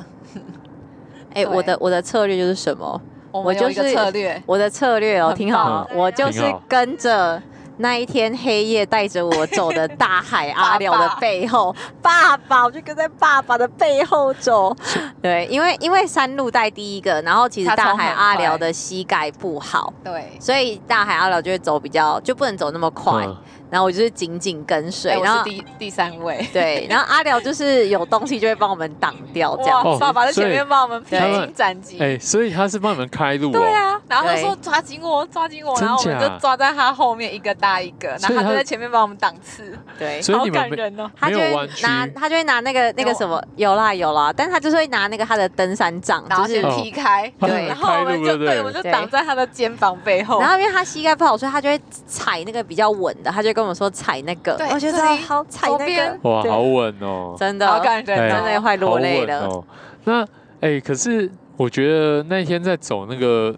S2: 哎、
S3: 对
S2: 我的我的策略就是什么？
S3: 我
S2: 我
S3: 们有一
S2: 就
S3: 个
S2: 是
S3: 策略，
S2: 我的策略哦，
S3: 很
S2: 听好，
S4: 棒
S2: 我就是
S1: 挺好
S2: 跟着那一天黑夜带着我走的大海 阿廖的背后，爸爸，我就跟在爸爸的背后 走。对，因为因为山路带第一个，然后其实
S3: 他冲
S2: 大海
S3: 很
S2: 阿
S3: 快
S2: 廖的膝盖不好，
S3: 对，
S2: 所以大海阿廖就会走比较就不能走那么快。
S1: 嗯
S2: 然后我就是紧紧跟随，
S3: 哎我
S2: 然
S3: 是
S2: 后
S3: 第第三位，
S2: 对，然后阿廖就是有东西就会帮我们挡掉这样。
S1: 哦
S3: 爸爸在
S1: 所
S3: 前
S1: 以
S3: 面帮我们披
S1: 他们
S3: 荆斩棘。
S1: 哎、所以他是帮你们开路哦、
S3: 对啊，然后他
S2: 对
S3: 说抓紧我，抓紧我，
S1: 真
S3: 然后我们
S1: 假
S3: 就抓在他后面一个搭一个，然
S1: 所以
S3: 后他
S1: 他
S3: 就在前面帮我们挡刺，
S2: 对，
S1: 所以
S3: 好
S1: 你
S3: 感
S1: 们没
S3: 人哦。
S2: 他
S1: 没
S2: 就
S1: 有
S2: 会
S1: 弯曲
S2: 拿，他就会拿那个那个什么，有啦有啦，但他就是会拿那个他的登山杖，
S3: 然
S2: 就
S3: 后
S2: 是
S3: 先
S1: 哦
S3: 踢开，
S1: 帮
S2: 你
S3: 对，
S2: 们
S3: 然后我
S1: 开
S3: 们
S1: 路对
S3: 就
S1: 不
S3: 对，
S1: 对
S3: 我们就
S2: 对
S3: 挡在他的肩膀背后。
S2: 然后因为他膝盖不好，所以他就会踩那个比较稳的，他就会跟我说踩那个
S3: 对，
S2: 我觉
S3: 这
S2: 得
S3: 里
S2: 好踩
S3: 左
S2: 那个
S3: 边，
S1: 哇，
S2: 对
S1: 好稳哦、
S2: 真
S3: 好
S2: 的
S3: 感人
S1: 哎
S3: 哦，
S2: 真的快
S1: 好
S2: 落泪
S1: 稳
S2: 了。
S1: 哦。那哎、可是我觉得那天在走那个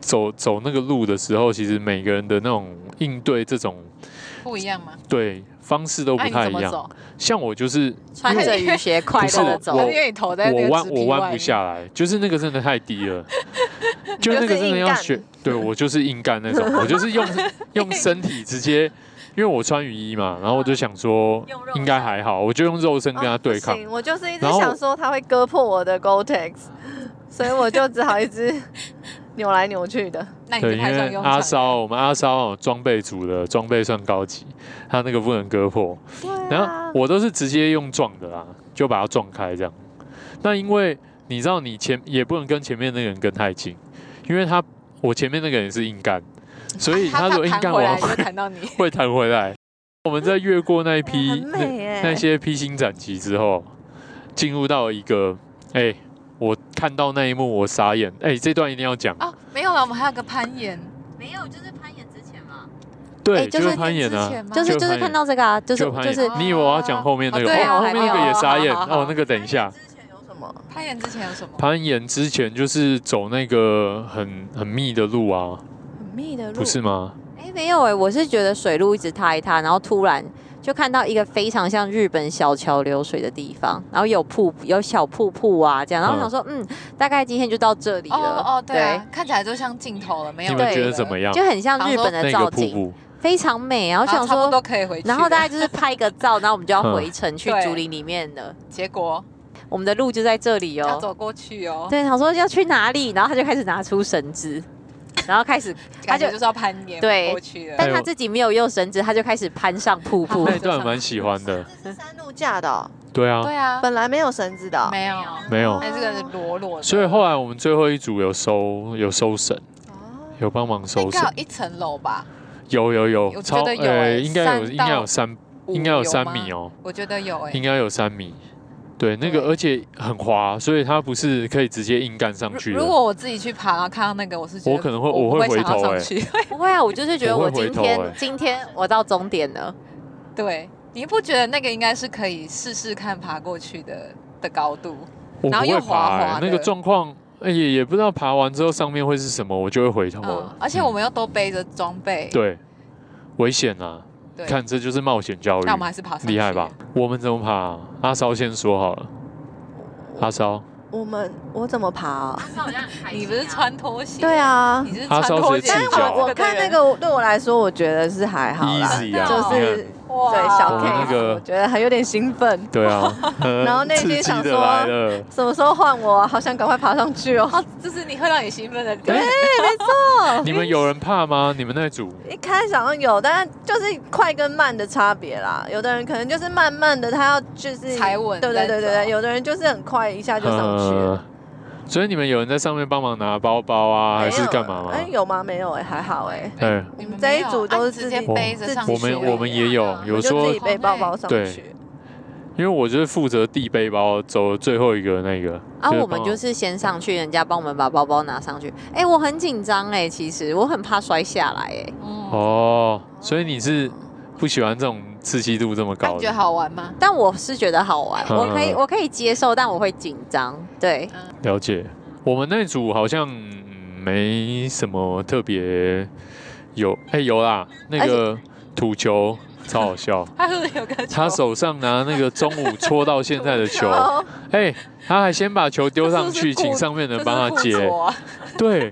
S1: 走走那个路的时候，其实每个人的那种应对这种
S3: 不一样吗？
S1: 对方式都不
S3: 那哎你
S1: 太
S3: 怎
S1: 一
S3: 么
S1: 样。
S3: 走？
S1: 像我就是
S2: 穿着雨鞋快乐的走
S1: 不
S3: 还
S1: 是我
S3: 是因为你头在那
S1: 我
S3: 个
S1: 弯
S3: 纸
S1: 我
S3: 皮外
S1: 弯不
S3: 面
S1: 下来，就是那个真的太低 了，就那个真的要学。对我就是硬干那种，我就是 用用身体直接，因为我穿雨衣嘛，然后我就想说
S2: 用肉
S1: 应该还好，我就用肉身跟他
S4: 哦
S1: 对
S4: 不
S1: 抗。
S4: 行我就是一直
S1: 然后
S4: 想说他会割破我的 Gore-Tex，所以我就只好 一直扭来扭去的。
S3: 那你
S1: 对，
S3: 就
S1: 因
S3: 派上
S1: 为
S3: 用
S1: 阿
S3: 场。
S1: 骚，我们阿骚装备组的装备算高级，他那个不能割破。
S4: 对
S1: 然后
S4: 啊，
S1: 我都是直接用撞的啦，就把它撞开这样。那因为你知道，你前也不能跟前面那个人跟太近，因为他我前面那个人是硬干，所以 他
S3: 他
S1: 如果硬
S3: 弹
S1: 干
S3: 回
S1: 完
S3: 来就
S1: 会
S3: 弹到你，
S1: 会弹回来。我们在越过那一批
S4: 很
S1: 那
S4: 美哎，
S1: 那些披星斩棘之后，进入到一个哎、我看到那一幕我傻眼，哎、这段一定要讲。
S3: 哦，没有了，我们还有个攀岩，
S2: 没有，就是攀岩之前嘛，
S1: 对，
S2: 哎
S1: 就
S2: 就
S1: 是
S2: 是
S1: 攀岩啊
S3: 之。前吗
S2: 就是
S1: 就
S2: 就是
S1: 攀岩
S2: 看到这个啊，就是
S1: 就攀
S2: 就
S1: 岩
S2: 是
S3: 哦
S1: 你以为我要讲后面那个？
S3: 哦对啊
S1: 哦，
S2: 我
S1: 后
S2: 还
S1: 面那个也傻眼。
S3: 好好好
S1: 哦，那个等一下。
S4: 之前有什么？
S3: 攀岩之前有什么？
S1: 攀岩之前就是走那个很很密的路啊，
S4: 很密的路，
S1: 不是吗？
S2: 哎没有哎，我是觉得水路一直塌一塌，然后突然就看到一个非常像日本小桥流水的地方，然后有瀑有小瀑布啊这样，然后我想说嗯，大概今天就到这里
S3: 哦
S2: 了，
S3: 哦，对啊，看起来就像镜头了，没有
S1: 你
S3: 了。
S1: 们
S2: 对
S1: 觉得怎么样？
S2: 就很像日本的
S1: 那
S2: 造
S1: 个瀑
S2: 景，
S1: 布，
S2: 非常美啊，我
S3: 我
S2: 想
S3: 差不
S2: 说
S3: 多可以回去了。
S2: 然后大家就是拍个照，然后我们就要
S1: 嗯
S2: 回城去
S3: 对
S2: 竹林里面了。
S3: 结果
S2: 我们的路就在这里
S3: 要
S2: 哦。
S3: 走过去哦，
S2: 对，想说要去哪里，然后他就开始拿出绳子，然后开始，
S3: 感
S2: 他
S3: 觉
S2: 就
S3: 就是要攀岩
S2: 对
S3: 过去了。
S1: 哎
S2: 但他自己没有用绳子，他就开始攀上瀑布
S3: 好
S1: 那。一段蛮喜欢 的。
S4: 这是山路架的哦，
S1: 对啊，
S3: 对啊，
S4: 本来没有绳子的哦。
S3: 没有，
S1: 没有。
S3: 哎，这个是裸裸的，
S1: 所以后来我们最后一组有收有收绳，
S4: 哦
S1: 有帮忙收
S3: 应该
S1: 绳
S3: 有，一层楼吧？
S1: 有有有，
S3: 我
S1: 超
S3: 觉得有欸
S1: 应该有
S3: 三
S1: 应该有
S3: 到
S1: 三
S3: 五
S1: 应该有
S3: 吗
S1: 三米，哦，
S3: 我觉得有
S1: 应
S3: 哎。
S1: 该有三米。对，那个
S3: 对
S1: 而且很滑，所以它不是可以直接硬干上去
S3: 如
S1: 的
S3: 如。果我自己去爬，然后看到那个，我是觉得
S1: 我可能会
S3: 我
S1: 我会
S3: 不
S1: 回
S3: 想要
S1: 头
S3: 上
S1: 哎
S3: 去。
S2: 不会啊，我就是觉得
S1: 我会
S2: 我
S1: 回
S2: 今
S1: 头
S2: 天
S1: 欸
S2: 今天我到终点了。
S3: 对，你不觉得那个应该是可以试试看爬过去的的高度？
S1: 我不
S3: 然后又
S1: 会爬、
S3: 滑
S1: 欸
S3: 滑
S1: 那个
S3: 的
S1: 状况，哎也也不知道爬完之后上面会是什么，我就会回头了
S3: 嗯，。而且我们又都背着装备，
S1: 对危险啊！
S3: 对，
S1: 看这就是冒险教育
S3: 那我，们还是爬上去，
S1: 厉害吧？？我们怎么爬、阿烧先说好了，阿烧，
S4: 我们我怎么爬啊？
S3: 你不是穿拖鞋？
S4: 对，啊
S3: 你，是
S1: 他
S3: 穿
S1: 稍微
S3: 拖鞋
S1: 赤
S3: 爬
S4: 但
S3: 这
S1: 脚啊
S3: 的人。
S4: 我我看那个对我来说，我觉得是还好啦
S1: Easy
S3: 啊
S4: 就是
S1: 你
S3: 哇
S4: 对小
S1: 我们那
S4: case，
S1: 个
S4: 我觉得还有点兴奋。
S1: 对啊，
S4: 然后 内
S1: 刺
S4: 心
S1: 激
S4: 想
S1: 的
S4: 说
S1: 来了，
S4: 什么时候换我啊？好想赶快爬上去哦！
S3: 哦，这是你会让你兴奋的
S1: 哎
S3: 点。
S1: 你们有人怕吗？你们那组
S4: 一开始好像有，但就是快跟慢的差别啦。有的人可能就是慢慢的，他要就是
S3: 踩稳
S4: 对对对对
S3: 再走
S4: 对，有的人就是很快一下就上去了。
S1: 呃所以你们有人在上面帮忙拿包包啊，还是
S4: 没有
S1: 干嘛吗？
S4: 哎、有吗？没有哎、还好哎、
S1: 哎，
S3: 你们
S4: 这
S3: 没
S4: 一
S3: 有
S4: 组都
S3: 啊
S4: 是
S3: 直
S4: 自
S3: 接
S4: 己
S3: 背着上去
S1: 我
S3: 而已
S1: 们
S3: 啊。
S1: 我们也有有
S4: 我就
S1: 说
S4: 自己背包包上
S1: 对
S4: 去。，
S1: 因为我就是负责递背包，走最后一个那个。
S2: 啊，
S1: 是
S2: 我们
S1: 帮
S2: 就是先上去，人家帮我们把包包拿上去。哎，我很紧张哎，其实我很怕摔下来哎。
S3: 哦，
S1: 哦，所以你是不喜欢这种刺激度这么
S3: 那
S1: 高
S3: 你觉得
S1: 的？
S3: 好玩吗？
S2: 但我是觉得好玩，
S1: 嗯
S2: 我可以
S1: 嗯
S2: 我可以接受，但我会紧张。对，
S1: 了解。我们那组好像嗯没什么特别有，哎、有啦，那个土球超好笑，
S3: 他是不是有个
S1: 他
S3: 球
S1: 手上拿那个中午戳到现在的球
S4: 哦，
S1: 哎、他还先把球丢上
S3: 这是
S1: 去，
S3: 固
S1: 请上面的人
S3: 这是
S1: 帮他
S3: 固
S1: 接，
S3: 着啊
S1: 对，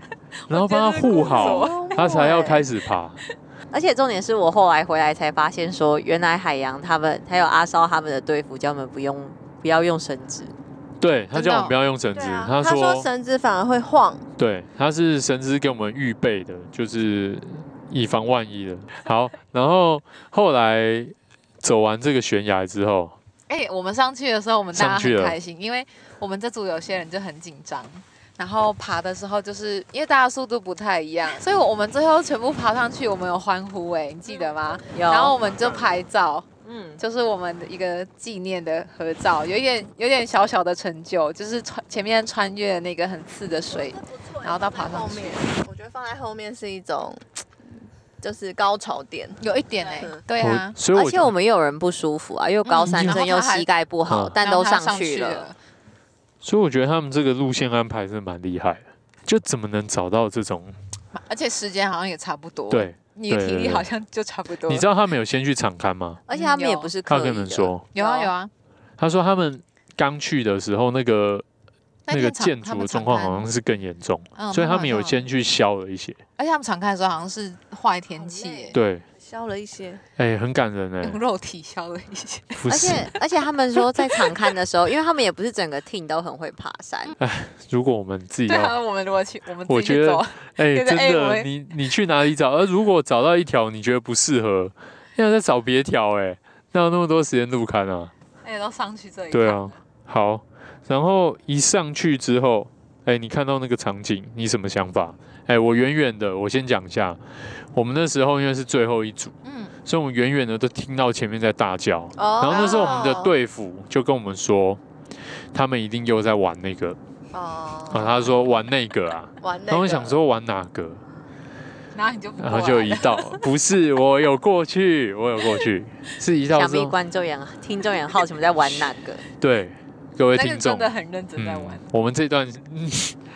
S1: 然后帮他护好，他才要开始爬。
S2: 而且重点是我后来回来才发现，说原来海洋他们还有阿烧他们的队服，叫我们不用不要用绳子，
S1: 对他
S3: 真
S1: 叫
S3: 的
S1: 我们
S3: 哦
S1: 不要用绳子，
S4: 对啊，
S1: 他
S4: 他
S1: 说
S4: 说绳子反而会晃，
S1: 对，它是神之给我们预备的，就是以防万一的。好，然后后来走完这个悬崖之后，
S3: 哎、我们上去的时候，我们大
S1: 上
S3: 家
S1: 去
S3: 很
S1: 了
S3: 开心，因为我们这组有些人就很紧张，然后爬的时候就是因为大家速度不太一样，所以我们最后全部爬上去，我们有欢呼哎、你记得吗？
S2: 有，
S3: 然后我们就拍照，
S2: 嗯，
S3: 就是我们的一个纪念的合照，有一点有点小小的成就，就是穿前面穿越那个很刺的水，然后到爬上
S4: 后
S3: 去
S4: 面，我觉得放在后面是一种，就是高潮点。
S3: 有一点哎、
S4: 嗯
S3: 对啊
S1: 我，所以
S2: 而
S1: 我
S2: 且我们又有人不舒服啊，又高山
S3: 嗯
S2: 症
S3: 然
S2: 又
S3: 后他还
S2: 膝盖不好，
S1: 嗯
S2: 但
S3: 然后
S2: 都
S3: 他
S2: 上
S3: 去
S2: 去了。
S1: 所以我觉得他们这个路线安排是蛮厉害的，就怎么能找到这种？
S3: 而且时间好像也差不多，，
S1: 对，
S3: 你的
S1: 对
S3: 体
S1: 对
S3: 力
S1: 对
S3: 好像就差不多，
S1: 你知道他们有先去场刊吗？
S2: 而且他们也
S3: 有
S2: 不是
S1: 他
S2: 刻
S1: 有
S2: 意
S1: 跟你们
S2: 的
S1: 说，
S3: 有啊有啊，
S1: 他说他们刚去的时候，那个那
S3: 天
S1: 个
S3: 场
S1: 建
S3: 他
S1: 筑的
S3: 们
S1: 状
S3: 场
S1: 况
S3: 刊
S1: 好像是更严重，
S3: 嗯
S1: 所以
S3: 蛮
S1: 他们
S3: 好
S1: 有
S3: 笑
S1: 先去消了一些。
S3: 而且他们常看的时候好像是坏天气
S4: 很累
S3: 耶，
S1: 对，
S4: 消了一些，
S1: 哎、很感人哎、
S3: 用肉体消了一些。
S1: 不
S2: 而
S1: 是，
S2: 且而且他们说在场看的时候，因为他们也不是整个 team 都很会爬山，
S1: 如果我们自己
S3: 对
S1: 要
S3: 啊， 我们如果去，我们
S1: 我
S3: 自
S1: 觉
S3: 己去
S1: 得
S3: 走，
S1: 哎、
S3: 就是
S1: 真
S3: 哎
S1: 的，
S3: 我们
S1: 你你去哪里找？而如果找到一条你觉得不适合，那再找别条哎，哪有那么多时间录刊啊？
S3: 哎，都上去这里。
S1: 对，啊，好，然后一上去之后，哎、你看到那个场景，你什么想法？哎、我远远的，我先讲一下，我们那时候因为是最后一组，
S3: 嗯，
S1: 所以我们远远的都听到前面在大叫，
S4: 哦
S1: 然后那时候我们的队服就跟我们说，他们一定又在玩那个
S4: 哦
S1: 啊，他说玩那个啊，
S4: 玩那个
S1: 然后我想说玩哪个？
S3: 然后你就不
S1: 然
S3: 过
S1: 后
S3: 来
S1: 就
S3: 了
S1: 一道，不是我有过去，我有过去，是一道
S2: 想
S1: 之
S2: 必
S1: 后，
S2: 观众也很听众也很好奇我们在玩哪个。
S1: 对各位
S3: 那
S1: 听
S3: 个
S1: 众嗯
S3: 真，的很认真在玩，
S1: 我们这段、 嗯、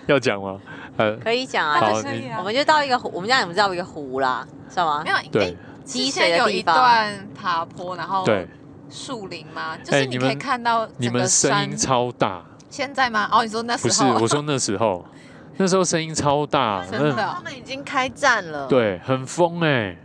S1: 要讲吗？呃，
S2: 可以讲
S3: 那
S2: 啊，
S1: 好
S2: 就是
S3: 可以啊
S2: 我。们就到一个湖，我们家你们到一个湖啦，知道吗
S3: 没？有，
S1: 对
S3: 哎，
S2: 积
S3: 之
S2: 水的
S3: 前有
S2: 地
S3: 一
S2: 方，啊
S3: 段爬坡，然后
S1: 对，
S3: 树林嘛，就
S1: 哎
S3: 是
S1: 你
S3: 你
S1: 们
S3: 可以看到
S1: 你
S3: 哎哦整
S1: 们
S3: 个
S1: 声
S3: 山
S1: 音。超大，
S3: 现在吗？哦，你说那
S1: 不
S3: 时
S1: 是
S3: 候
S1: 我说那时候，那时候声音超大，
S3: 真
S1: 那
S3: 的哦
S4: 他们已经开战了。，
S1: 对很疯哎、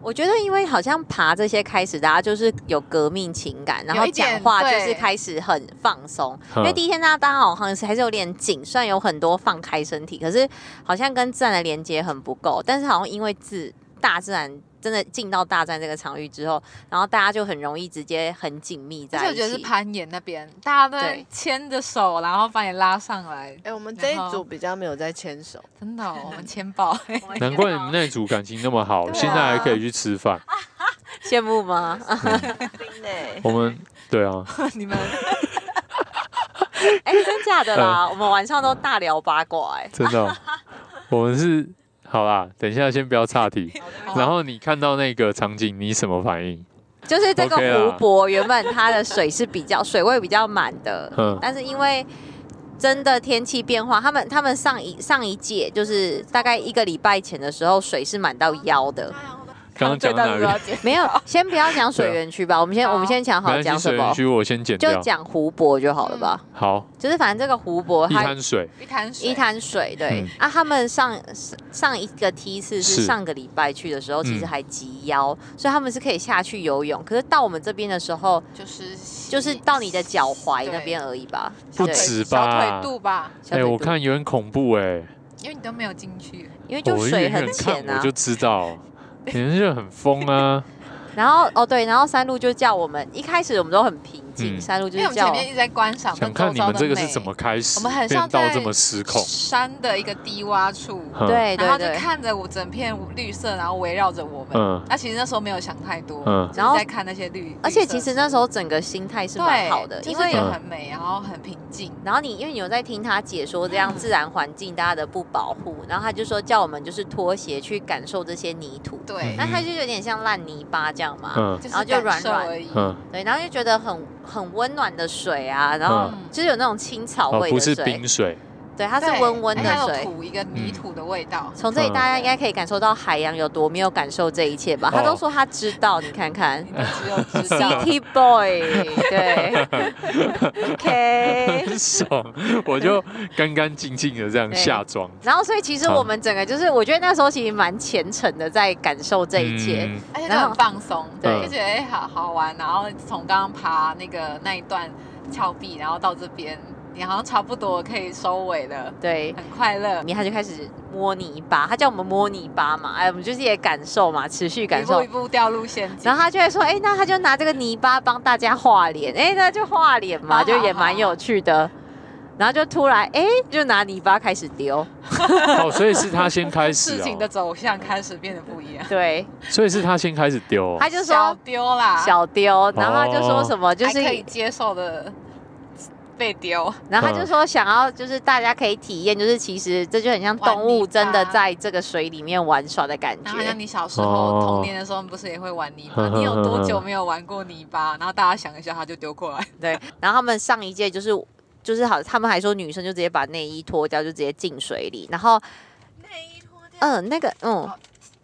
S2: 我觉得因为好像爬这些开始，大家就是有革命情感，然后
S3: 有一点
S2: 讲话就是
S3: 对
S2: 开始很放松。因
S1: 嗯
S2: 为第一天大家当然好像是还是有点紧，虽然有很多放开身体，可是好像跟自然的连接很不够。但是好像因为自大自然真的进到大自然这个场域之后，然后大家就很容易直接很紧密
S3: 而且
S2: 在
S3: 我
S2: 一
S3: 觉得是
S2: 起。
S3: 攀岩那边，大家都
S2: 对
S3: 牵着手，然后把你拉上来，
S4: 哎，我们这
S3: 然
S4: 一
S3: 后
S4: 组比较没有在牵 手，
S3: 真的哦，我们牵抱。
S1: 难怪你们那组感情那么好，
S3: 对啊
S1: 现在还可以去吃饭。
S2: 羡慕吗？
S3: 欸
S1: 我们对啊，
S3: 你们
S2: 哎、真假的
S1: 嗯
S2: 啦，我们晚上都大聊八卦哎、
S1: 真的哦、我们是好啦，等一下先不要岔题。然后你看到那个场景，你什么反应？
S2: 就是这个
S1: OK 啦
S2: 湖泊原本它的水是比较水位比较满 的
S1: 嗯，
S2: 但是因为真的天气变化，他们他们上一上一届就是大概一个礼拜前的时候，水是满到腰的。
S1: 刚刚讲到哪里？
S2: 没有，先不要讲水源区吧，我们先
S3: 好
S2: 我们先讲
S1: 没
S2: 好
S1: 关系
S2: 讲什
S1: 水
S2: 么
S1: 源，区我先剪
S2: 就
S1: 掉。
S2: 讲湖泊就好了吧。
S1: 好，
S2: 就是反正这个湖泊
S1: 一
S2: 它
S1: 滩水，
S3: 一滩水，
S2: 一滩水，对、
S1: 嗯
S2: 啊，他们上上一个梯次是
S1: 是
S2: 上个礼拜去的时候，其
S1: 嗯
S2: 实还及腰，所以他们是可以下去游泳。可是到我们这边的时候，
S3: 就是
S2: 就是到你的脚踝那边而已吧，
S1: 不
S2: 对
S1: 止
S3: 小
S1: 吧
S3: 腿肚吧，
S2: 小
S1: 哎、
S2: 腿
S1: 我
S2: 肚
S1: 看有点恐怖哎、
S3: 因为你都没有进去。
S2: 因为就
S1: 我
S2: 水
S1: 远
S2: 很
S1: 远看
S2: 浅
S1: 我
S2: 啊
S1: 就。知道，你们就很疯 啊。
S2: 然后哦对，然后山路就叫我们，一开始我们都很平静，
S1: 嗯
S2: 山路就
S3: 因为我
S2: 是
S3: 们
S2: 叫
S3: 前面一直在观赏，
S1: 想看你们这个是怎么开始
S3: 我们很
S1: 变
S3: 像
S1: 到
S3: 在
S1: 这么失控？
S3: 山的一个低洼处，
S1: 哼，
S2: 对
S3: 然后
S2: 对
S3: 就
S2: 对。
S3: 看着我整片绿色，然后围绕着我们。
S1: 嗯
S3: 那啊其实那时候没有想太多，
S1: 嗯
S3: 就是
S2: 然后
S3: 在看那些绿，
S2: 而且其实那时候整个心态是
S3: 是
S2: 蛮好的，因
S3: 因
S2: 为
S3: 为觉得很美，然后很平静。
S2: 然后你因为你有在听他解说这样自然环境大家的不保护，然后他就说叫我们就是脱鞋去感受这些泥土，
S3: 对，
S2: 那它就有点像烂泥巴这样嘛，
S1: 嗯
S3: 是
S2: 然后就
S3: 感
S2: 软
S3: 受
S2: 软
S3: 而已。
S1: 嗯，
S2: 对，然后就觉得很很温暖的水啊，然后
S3: 嗯
S2: 就是有那种青草
S1: 哦，
S2: 味
S1: 不
S2: 的
S1: 是
S2: 水，
S1: 冰水，
S2: 对，它是
S3: 对
S2: 温温
S3: 哎
S2: 的
S3: 它有
S2: 水。
S3: 土一个泥土的味道，
S2: 从这里
S1: 嗯
S2: 大家应该可以感受到海洋有多没有感受这一切吧？他
S1: 哦
S2: 都说他知道，你看看
S3: 你都
S1: 嗯
S3: 只有知
S1: 啊
S3: 道。
S2: ，City Boy，对 ，OK。
S1: 很 爽，我就干干净净的这样
S2: 对
S1: 下装。
S2: 然后，所以其实
S1: 好
S2: 我们整个就是，我觉得那时候其实蛮虔诚的，在感受这一切。
S1: 嗯
S3: 而且就
S2: 然后
S3: 很放松，
S1: 对
S3: 就觉得哎、好好玩。然后从刚刚爬那个那一段峭壁，然后到这边，你好像差不多可以收尾了，
S2: 对，
S3: 很快乐，
S2: 然后他就开始摸泥巴，他叫我们摸泥巴嘛，哎，我们就是也感受嘛，持续感
S3: 一步
S2: 受
S3: 一。步掉入陷阱。
S2: 然后他就会说，哎、那他就拿这个泥巴帮大家画脸，哎、那就画脸嘛，
S3: 好
S2: 就也
S3: 好
S2: 蛮
S3: 好
S2: 有趣的。然后就突然，哎、就拿泥巴开始丢，
S1: 哦，所以是他先开始
S3: 事情的
S1: 哦，
S3: 走向开始变得不一样，
S2: 对，
S1: 所以是他先开始丢哦、
S2: 他就
S3: 小
S2: 说
S3: 丢啦，
S2: 小丢，然后他就说
S1: 哦
S2: 什么，就
S3: 还
S2: 是
S3: 可以接受的被丢，
S2: 然后他就
S1: 嗯
S2: 说想要就是大家可以体验，就是其实这就很像
S3: 玩
S2: 动物
S3: 泥
S2: 真的
S3: 巴
S2: 在这个水里面玩耍的感
S3: 然后好像
S2: 觉。
S3: 啊你小时候
S1: 哦
S3: 童年的时候，你不是也会玩泥巴？
S1: 呵呵
S3: 你有多久
S1: 呵呵
S3: 没有玩过泥巴？然后大家想一下，他就丢过来，
S2: 对，然后他们上一届就是就是好，他们还说女生就直接把内衣脱掉，就直接进水里。然后
S4: 内衣脱掉，
S2: 嗯、呃那个嗯，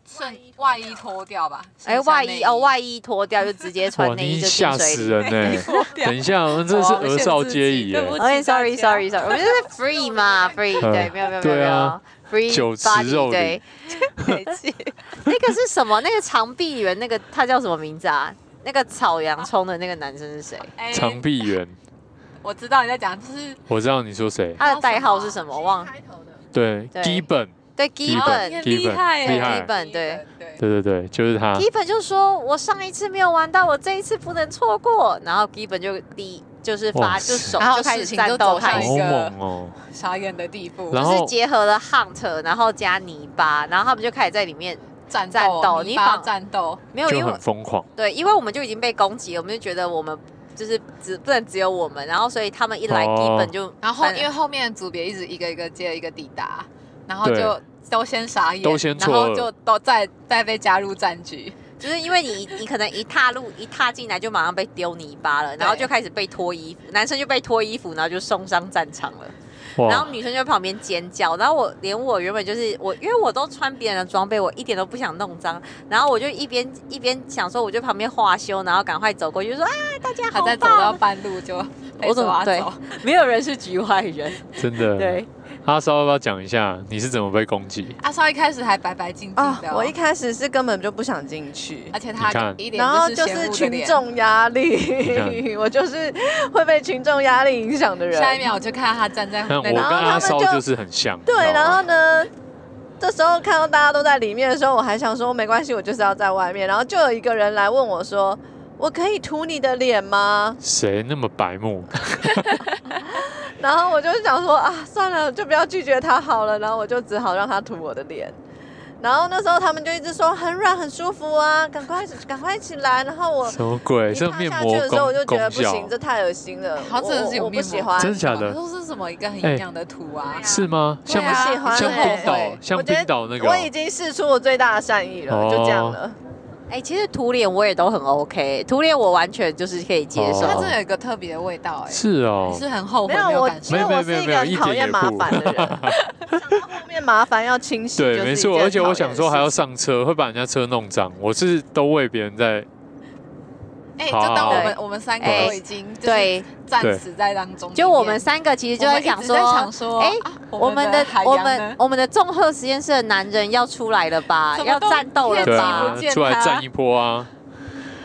S3: 顺 外衣脱掉吧。
S2: 哎
S3: 哦剩下
S2: 外
S3: 内
S2: 衣哦外衣脱掉就直接穿
S1: 哇，
S2: 内衣
S1: 你
S2: 就进
S1: 吓
S2: 水
S1: 死
S2: 里。
S1: 人 呢、
S3: 脱掉
S1: 等一下，我们这是儿少皆宜耶
S3: 对不，起
S2: 哎，sorry
S3: 大家
S2: sorry sorry，我们就是 free 嘛 ，free 对，没有没有没有没
S1: 对
S2: 有
S1: 啊
S2: ，free
S1: 酒池
S2: body，
S1: 肉
S2: 对，那个是什么？那个长臂猿，那个他叫什么名字啊？那个草洋葱的那个男生是谁？
S3: 哎
S1: 长臂猿，
S3: 我知道你在讲，就是
S1: 我知道你说谁，
S2: 他的代号是什么？我忘了。
S4: 开头的，
S1: 对
S2: 对，
S1: 基本，
S2: 对，基
S1: 基
S3: 哦你
S2: 本
S3: 很
S1: 基
S3: 厉
S1: 本
S3: 害耶，
S1: 厉害
S2: 基本对
S3: 对。
S1: 对对对，就是他，
S2: 基本就说，我上一次没有玩到，我这一次不能错过。然后基本就第就是发
S1: 哇
S2: 就手
S3: 然后
S2: 就开
S3: 事
S2: 始
S3: 情
S2: 战
S3: 就
S2: 斗
S3: 走向
S2: 开
S3: 一
S2: 始
S1: 好
S3: 个。
S1: 猛哦、
S3: 傻眼的地步，
S1: 然
S2: 就
S1: 后
S2: 是结合了 hunt，然后加泥巴，然后他们就开始在里面
S3: 战
S2: 战斗
S3: 斗，
S2: 你
S3: 泥巴
S2: 仿
S3: 战斗，
S2: 没有，
S1: 就
S2: 因为
S1: 很疯狂，
S2: 对，因为我们就已经被攻击了，我们就觉得我们就是只不能只有我们，然后所以他们一来
S1: 哦
S2: 基本就
S3: 然后
S2: 反
S3: 因为后面的组别一直一个一个接一个抵达，然后
S1: 对
S3: 就都先傻眼，
S1: 都先
S3: 然
S1: 错愕
S3: 后就都再再被加入战局，
S2: 就是因为你你可能一踏入一踏进来就马上被丢泥巴了，然后就开始被脱衣服，男生就被脱衣服，然后就送上战场了，然
S1: 哇
S2: 后，女生就在旁边尖叫，然后我连我原本就是我，因为我都穿别人的装备，我一点都不想弄脏，然后我就一边一边想说，我就旁边化修，然后赶快走过去就说啊，大家
S3: 他
S2: 好
S3: 在走到
S2: 棒，
S3: 半路就被
S2: 我怎么
S3: 抓
S2: 对
S3: 走，
S2: 没有人是局外人，
S1: 真的，
S2: 对，
S1: 阿骚要不要讲一下你是怎么被攻击？
S3: 阿超一开始还白白净净
S4: 啊
S3: 的、哦，
S4: 我一开始是根本就不想进去，
S3: 而且他
S1: 你看
S3: 一啊脸
S4: 然后
S3: 是
S4: 就
S3: 嫌
S4: 是
S3: 恶的
S4: 群
S3: 脸，
S4: 众压力，
S1: 看
S4: 我就是会被群众压力影响的人。
S3: 下一秒我就看到他站在
S1: 那我跟
S4: 然后他
S1: 阿
S4: 们
S1: 骚
S4: 就
S1: 就是很像，你
S4: 对，
S1: 知道
S4: 然
S1: 吗
S4: 后呢，这时候看到大家都在里面的时候，我还想说没关系，我就是要在外面。然后就有一个人来问我说：“我可以涂你的脸吗
S1: 谁那么白目？？”
S4: 然后我就想说啊，算了，就不要拒绝他好了。然后我就只好让他涂我的脸。然后那时候他们就一直说很软很舒服啊，赶快赶快起来。然后我
S1: 什么鬼？
S4: 一
S1: 哎这
S4: 趴
S1: 面
S4: 下去
S1: 膜
S4: 的时候，我就
S1: 功
S4: 觉得
S1: 功
S4: 不
S1: 效
S4: 行，这太恶心了，
S3: 好像真的是
S4: 我
S3: 有
S4: 我
S3: 面
S4: 不
S3: 膜
S4: 喜欢。
S1: 真的假的
S3: 都是什么一个很
S1: 哎
S3: 营养的图啊，
S1: 是吗？
S3: 对
S1: 像
S3: 啊
S4: 我喜欢
S1: 像
S4: 欸
S1: 冰岛，像
S4: 我觉得
S1: 冰岛那个
S4: 我已
S1: 哦，
S4: 经试出我最大的善意了，就这样了。
S2: 哎、其实涂脸我也都很 OK，涂脸我完全就是可以接受，
S3: 它真的有一个特别的味道、哎，
S1: 哦是
S3: 你
S1: 哦，
S3: 是很后悔
S4: 没有
S3: 没有
S4: 我，
S3: 感受
S4: 因为
S1: 没有
S4: 我是一个很讨厌麻烦 的人，想到后面麻烦要清洗，
S1: 对，没错。而且我想说还要
S4: 上，
S1: 上车，会把人家车弄脏。我是都为别人在
S3: 哎、
S1: 好
S3: 就当我们
S2: 对
S3: 我们三个
S2: 哎
S3: 都已经就是
S2: 对，
S3: 战
S1: 对
S3: 死在当中，
S2: 就我们三个其实就在想
S3: 一直
S2: 说，
S3: 想说，
S2: 哎
S3: 啊
S2: 我们的
S3: 海
S2: 我
S3: 洋
S2: 们
S3: 呢
S2: 我们的综合实验室的男人要出来了吧，
S3: 怎么
S2: 要
S3: 都
S2: 战斗了
S3: 越
S1: 对
S3: 级
S1: 啊
S2: 吧
S3: 不？见
S1: 出来
S3: 他
S1: 站一波啊，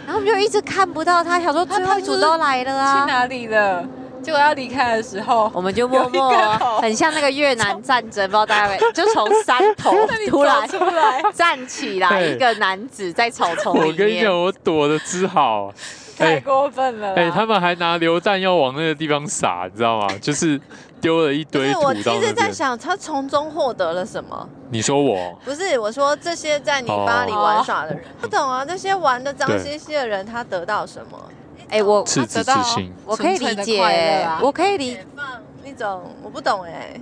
S2: 然后我们就一直看不到他，想说最后一组都来了
S3: 去
S2: 啊，
S3: 哪里了？ 结果要离开的时候，
S2: 我们就默默
S3: 有一个头
S2: 很像那个越南战争，不知道大家有没有， 就从山头
S3: 那里
S2: 突 然
S3: 走出来，
S2: 站起来
S1: 哎
S2: 一个男子在草 丛
S1: 我
S2: 里
S1: 跟你
S2: 面
S1: 讲，，我躲的之 好。
S3: 太过分了啦。
S1: 哎、他们还拿榴弹要往那个地方撒，你知道吗？就是丢了一
S4: 就
S1: 堆
S4: 是
S1: 土到
S4: 我一
S1: 那
S4: 直在
S1: 边。
S4: 想他从中获得了什么。
S1: 你说我
S4: 不是我说，这些在泥巴里玩耍的人，不懂啊。那些玩的脏兮兮的人，他得到什么？
S2: 哎、我
S1: 赤子
S3: 得
S1: 之
S3: 到
S1: 心，
S2: 我可以
S3: 纯粹
S2: 理
S3: 的
S2: 解
S3: 快乐啊，
S2: 我可以理
S4: 放那种，我不懂哎。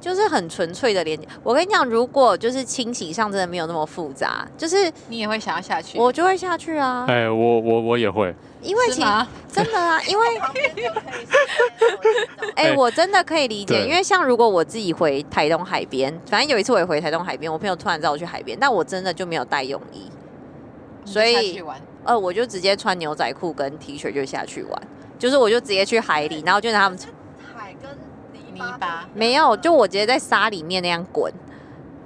S2: 就是很纯粹的连接。我跟你讲，如果就是亲情上真的没有那么复杂，就是
S3: 你也会想要下去，
S2: 我就会下去啊，
S1: 哎、我我我也会，
S2: 因为
S3: 是
S2: 其
S3: 吗？
S2: 真的啊，因为哎、
S1: 哎
S2: 我真的可以理解，
S1: 对
S2: 因为像如果我自己回台东海边，反正有一次我也回台东海边，我朋友突然找我去海边，但我真的就没有带泳衣，所
S3: 你就下去
S2: 以
S3: 玩
S2: 呃，我就直接穿牛仔裤跟 T 恤就下去玩，就是我就直接去海里，然后就拿他们
S4: 海跟泥
S3: 泥巴，
S2: 没有，就我直接在沙里面那样滚。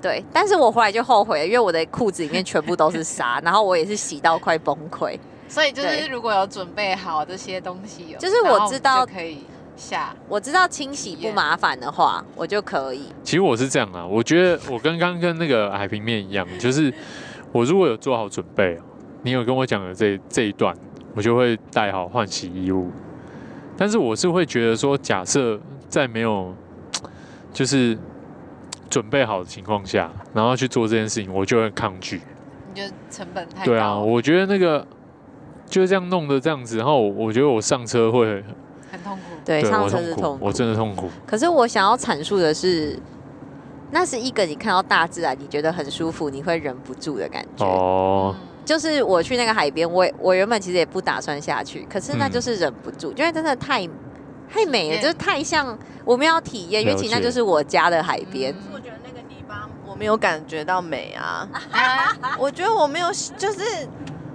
S2: 对，但是我回来就后悔了，因为我的裤子里面全部都是沙， 然后我也是洗到快崩溃。
S3: 所以就
S2: 对
S3: 是如果有准备好这些东西哦，
S2: 就是我知道
S3: 然后我们就可以下，
S2: 我知道清洗不麻烦的话，我就可以。
S1: 其实我是这样啊，我觉得我跟刚刚跟那个海平面一样，就是我如果有做好准备，哦你有跟我讲的这这一段，我就会带好换洗衣物。但是我是会觉得说，假设在没有就是准备好的情况下，然后去做这件事情，我就会抗拒。
S3: 你觉得成本太高。
S1: 对啊，我觉得那个就是这样弄的这样子，然后我觉得我上车会
S3: 很痛苦。
S2: 对，
S1: 对
S2: 上
S1: 我
S2: 车是
S1: 痛
S2: 痛
S1: 苦，
S2: 苦
S1: 我。真的痛苦。
S2: 可是我想要阐述的是，那是一个你看到大自然，你觉得很舒服，你会忍不住的感觉。
S1: 哦，
S3: 嗯，
S2: 就是我去那个海边，我也我原本其实也不打算下去，可是那
S1: 嗯
S2: 就是忍不住，因为真的太太美了，
S3: 体验
S2: 就是太像我们要体验，因为
S1: 了
S2: 其实那
S1: 解
S2: 就是我家的海边。
S3: 嗯
S4: 我觉得那个地方我没有感觉到美 啊，
S3: 啊
S4: 我觉得我没有，就是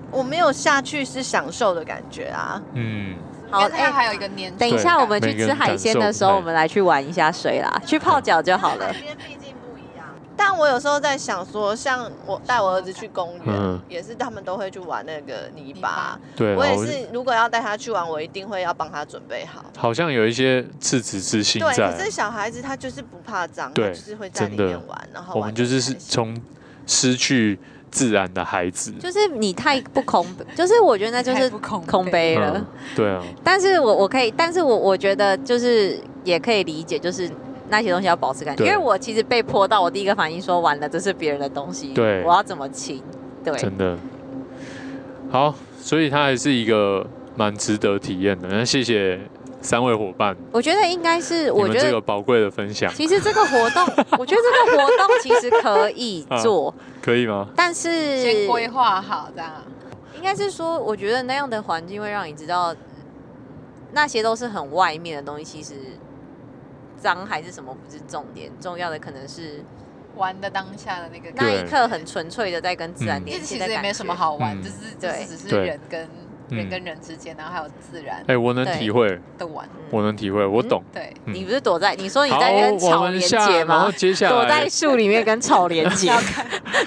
S4: 我没有下去是享受的感觉啊。
S1: 嗯，
S2: 好，
S3: 因为
S2: 哎、
S3: 它还有一个年，
S2: 等一下
S3: 对
S2: 我们去
S1: 每个
S2: 吃
S1: 人
S2: 海
S1: 感
S2: 鲜
S1: 受
S2: 的
S1: 不
S2: 时候，
S1: 太
S2: 我们来去玩一下水啦，去泡脚就好了。
S4: 边毕竟不一样。但我有时候在想说，像我带我儿子去公园，
S1: 嗯
S4: 也是他们都会去玩那个泥
S3: 泥
S4: 巴
S3: 巴。
S1: 对啊，
S4: 我也，
S1: 就是
S4: 如果要带他去玩，我一定会要帮他准备好。
S1: 好像有一些赤子之心
S4: 对，
S1: 在
S4: 可
S1: 啊。
S4: 是小孩子他就是不怕脏，他
S1: 对
S4: 就是会在
S1: 真
S4: 里
S1: 的
S4: 面玩，然后
S1: 我
S4: 玩
S1: 们
S4: 得
S1: 就是
S4: 很
S1: 是
S4: 开心
S1: 从失去自然的孩子。
S2: 就是你太不空，就是我觉得那就
S3: 太
S2: 是
S3: 不空
S2: 空杯了。
S1: 嗯，对啊，
S2: 但是我我可以，但是我我觉得就是也可以理解，就是那些东西要保持感，因
S1: 对
S2: 为我其实被泼到，我第一个反应说完了，这是别人的东西，
S1: 对
S2: 我要怎么清？对，
S1: 真的。好，所以它还是一个蛮值得体验的。那谢谢三位伙伴，
S2: 我觉得应该是，
S1: 你
S2: 我
S1: 们
S2: 觉
S1: 这个
S2: 得
S1: 宝贵的分享，
S2: 其实这个活 动，我觉得这个活动其实可以做，
S1: 可以吗？
S2: 但是
S3: 先规划好这样。
S2: 应该是说，我觉得那样的环境会让你知道，那些都是很外面的东西，其实脏还是什么不是重点，重要的可能是
S3: 玩的当下的那个
S2: 那
S1: 对
S2: 一
S3: 感
S2: 刻很纯粹的在跟自然
S1: 嗯
S3: 觉，
S2: 连
S3: 其
S2: 接
S3: 实
S2: 的
S3: 也
S2: 感
S3: 没
S2: 觉。
S3: 什么好玩，
S1: 嗯
S3: 就是就
S2: 对
S3: 是只是
S1: 对
S3: 人跟人
S1: 嗯
S3: 跟人之间，然后还有自然
S1: 哎、我能
S2: 对嗯
S1: 体会，
S3: 的玩，
S1: 我能体会，我懂。
S3: 对，
S1: 嗯
S2: 你不是躲在你说你
S1: 好，
S2: 在跟草
S1: 我
S2: 连
S1: 们下，
S2: 接
S1: 然后
S2: 吗？
S1: 接下
S2: 躲
S1: 来
S2: 在，树里面跟草连 接，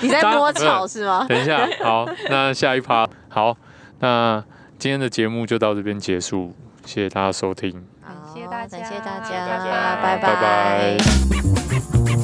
S2: 你在摸草是吗？
S1: 等一下，好，那下一趴，好，那今天的节目就到这边结束，谢谢大家收听。
S3: 感谢大
S2: 好
S3: 家
S2: 感谢大
S3: 谢
S2: 家
S3: 谢大，家
S1: 拜拜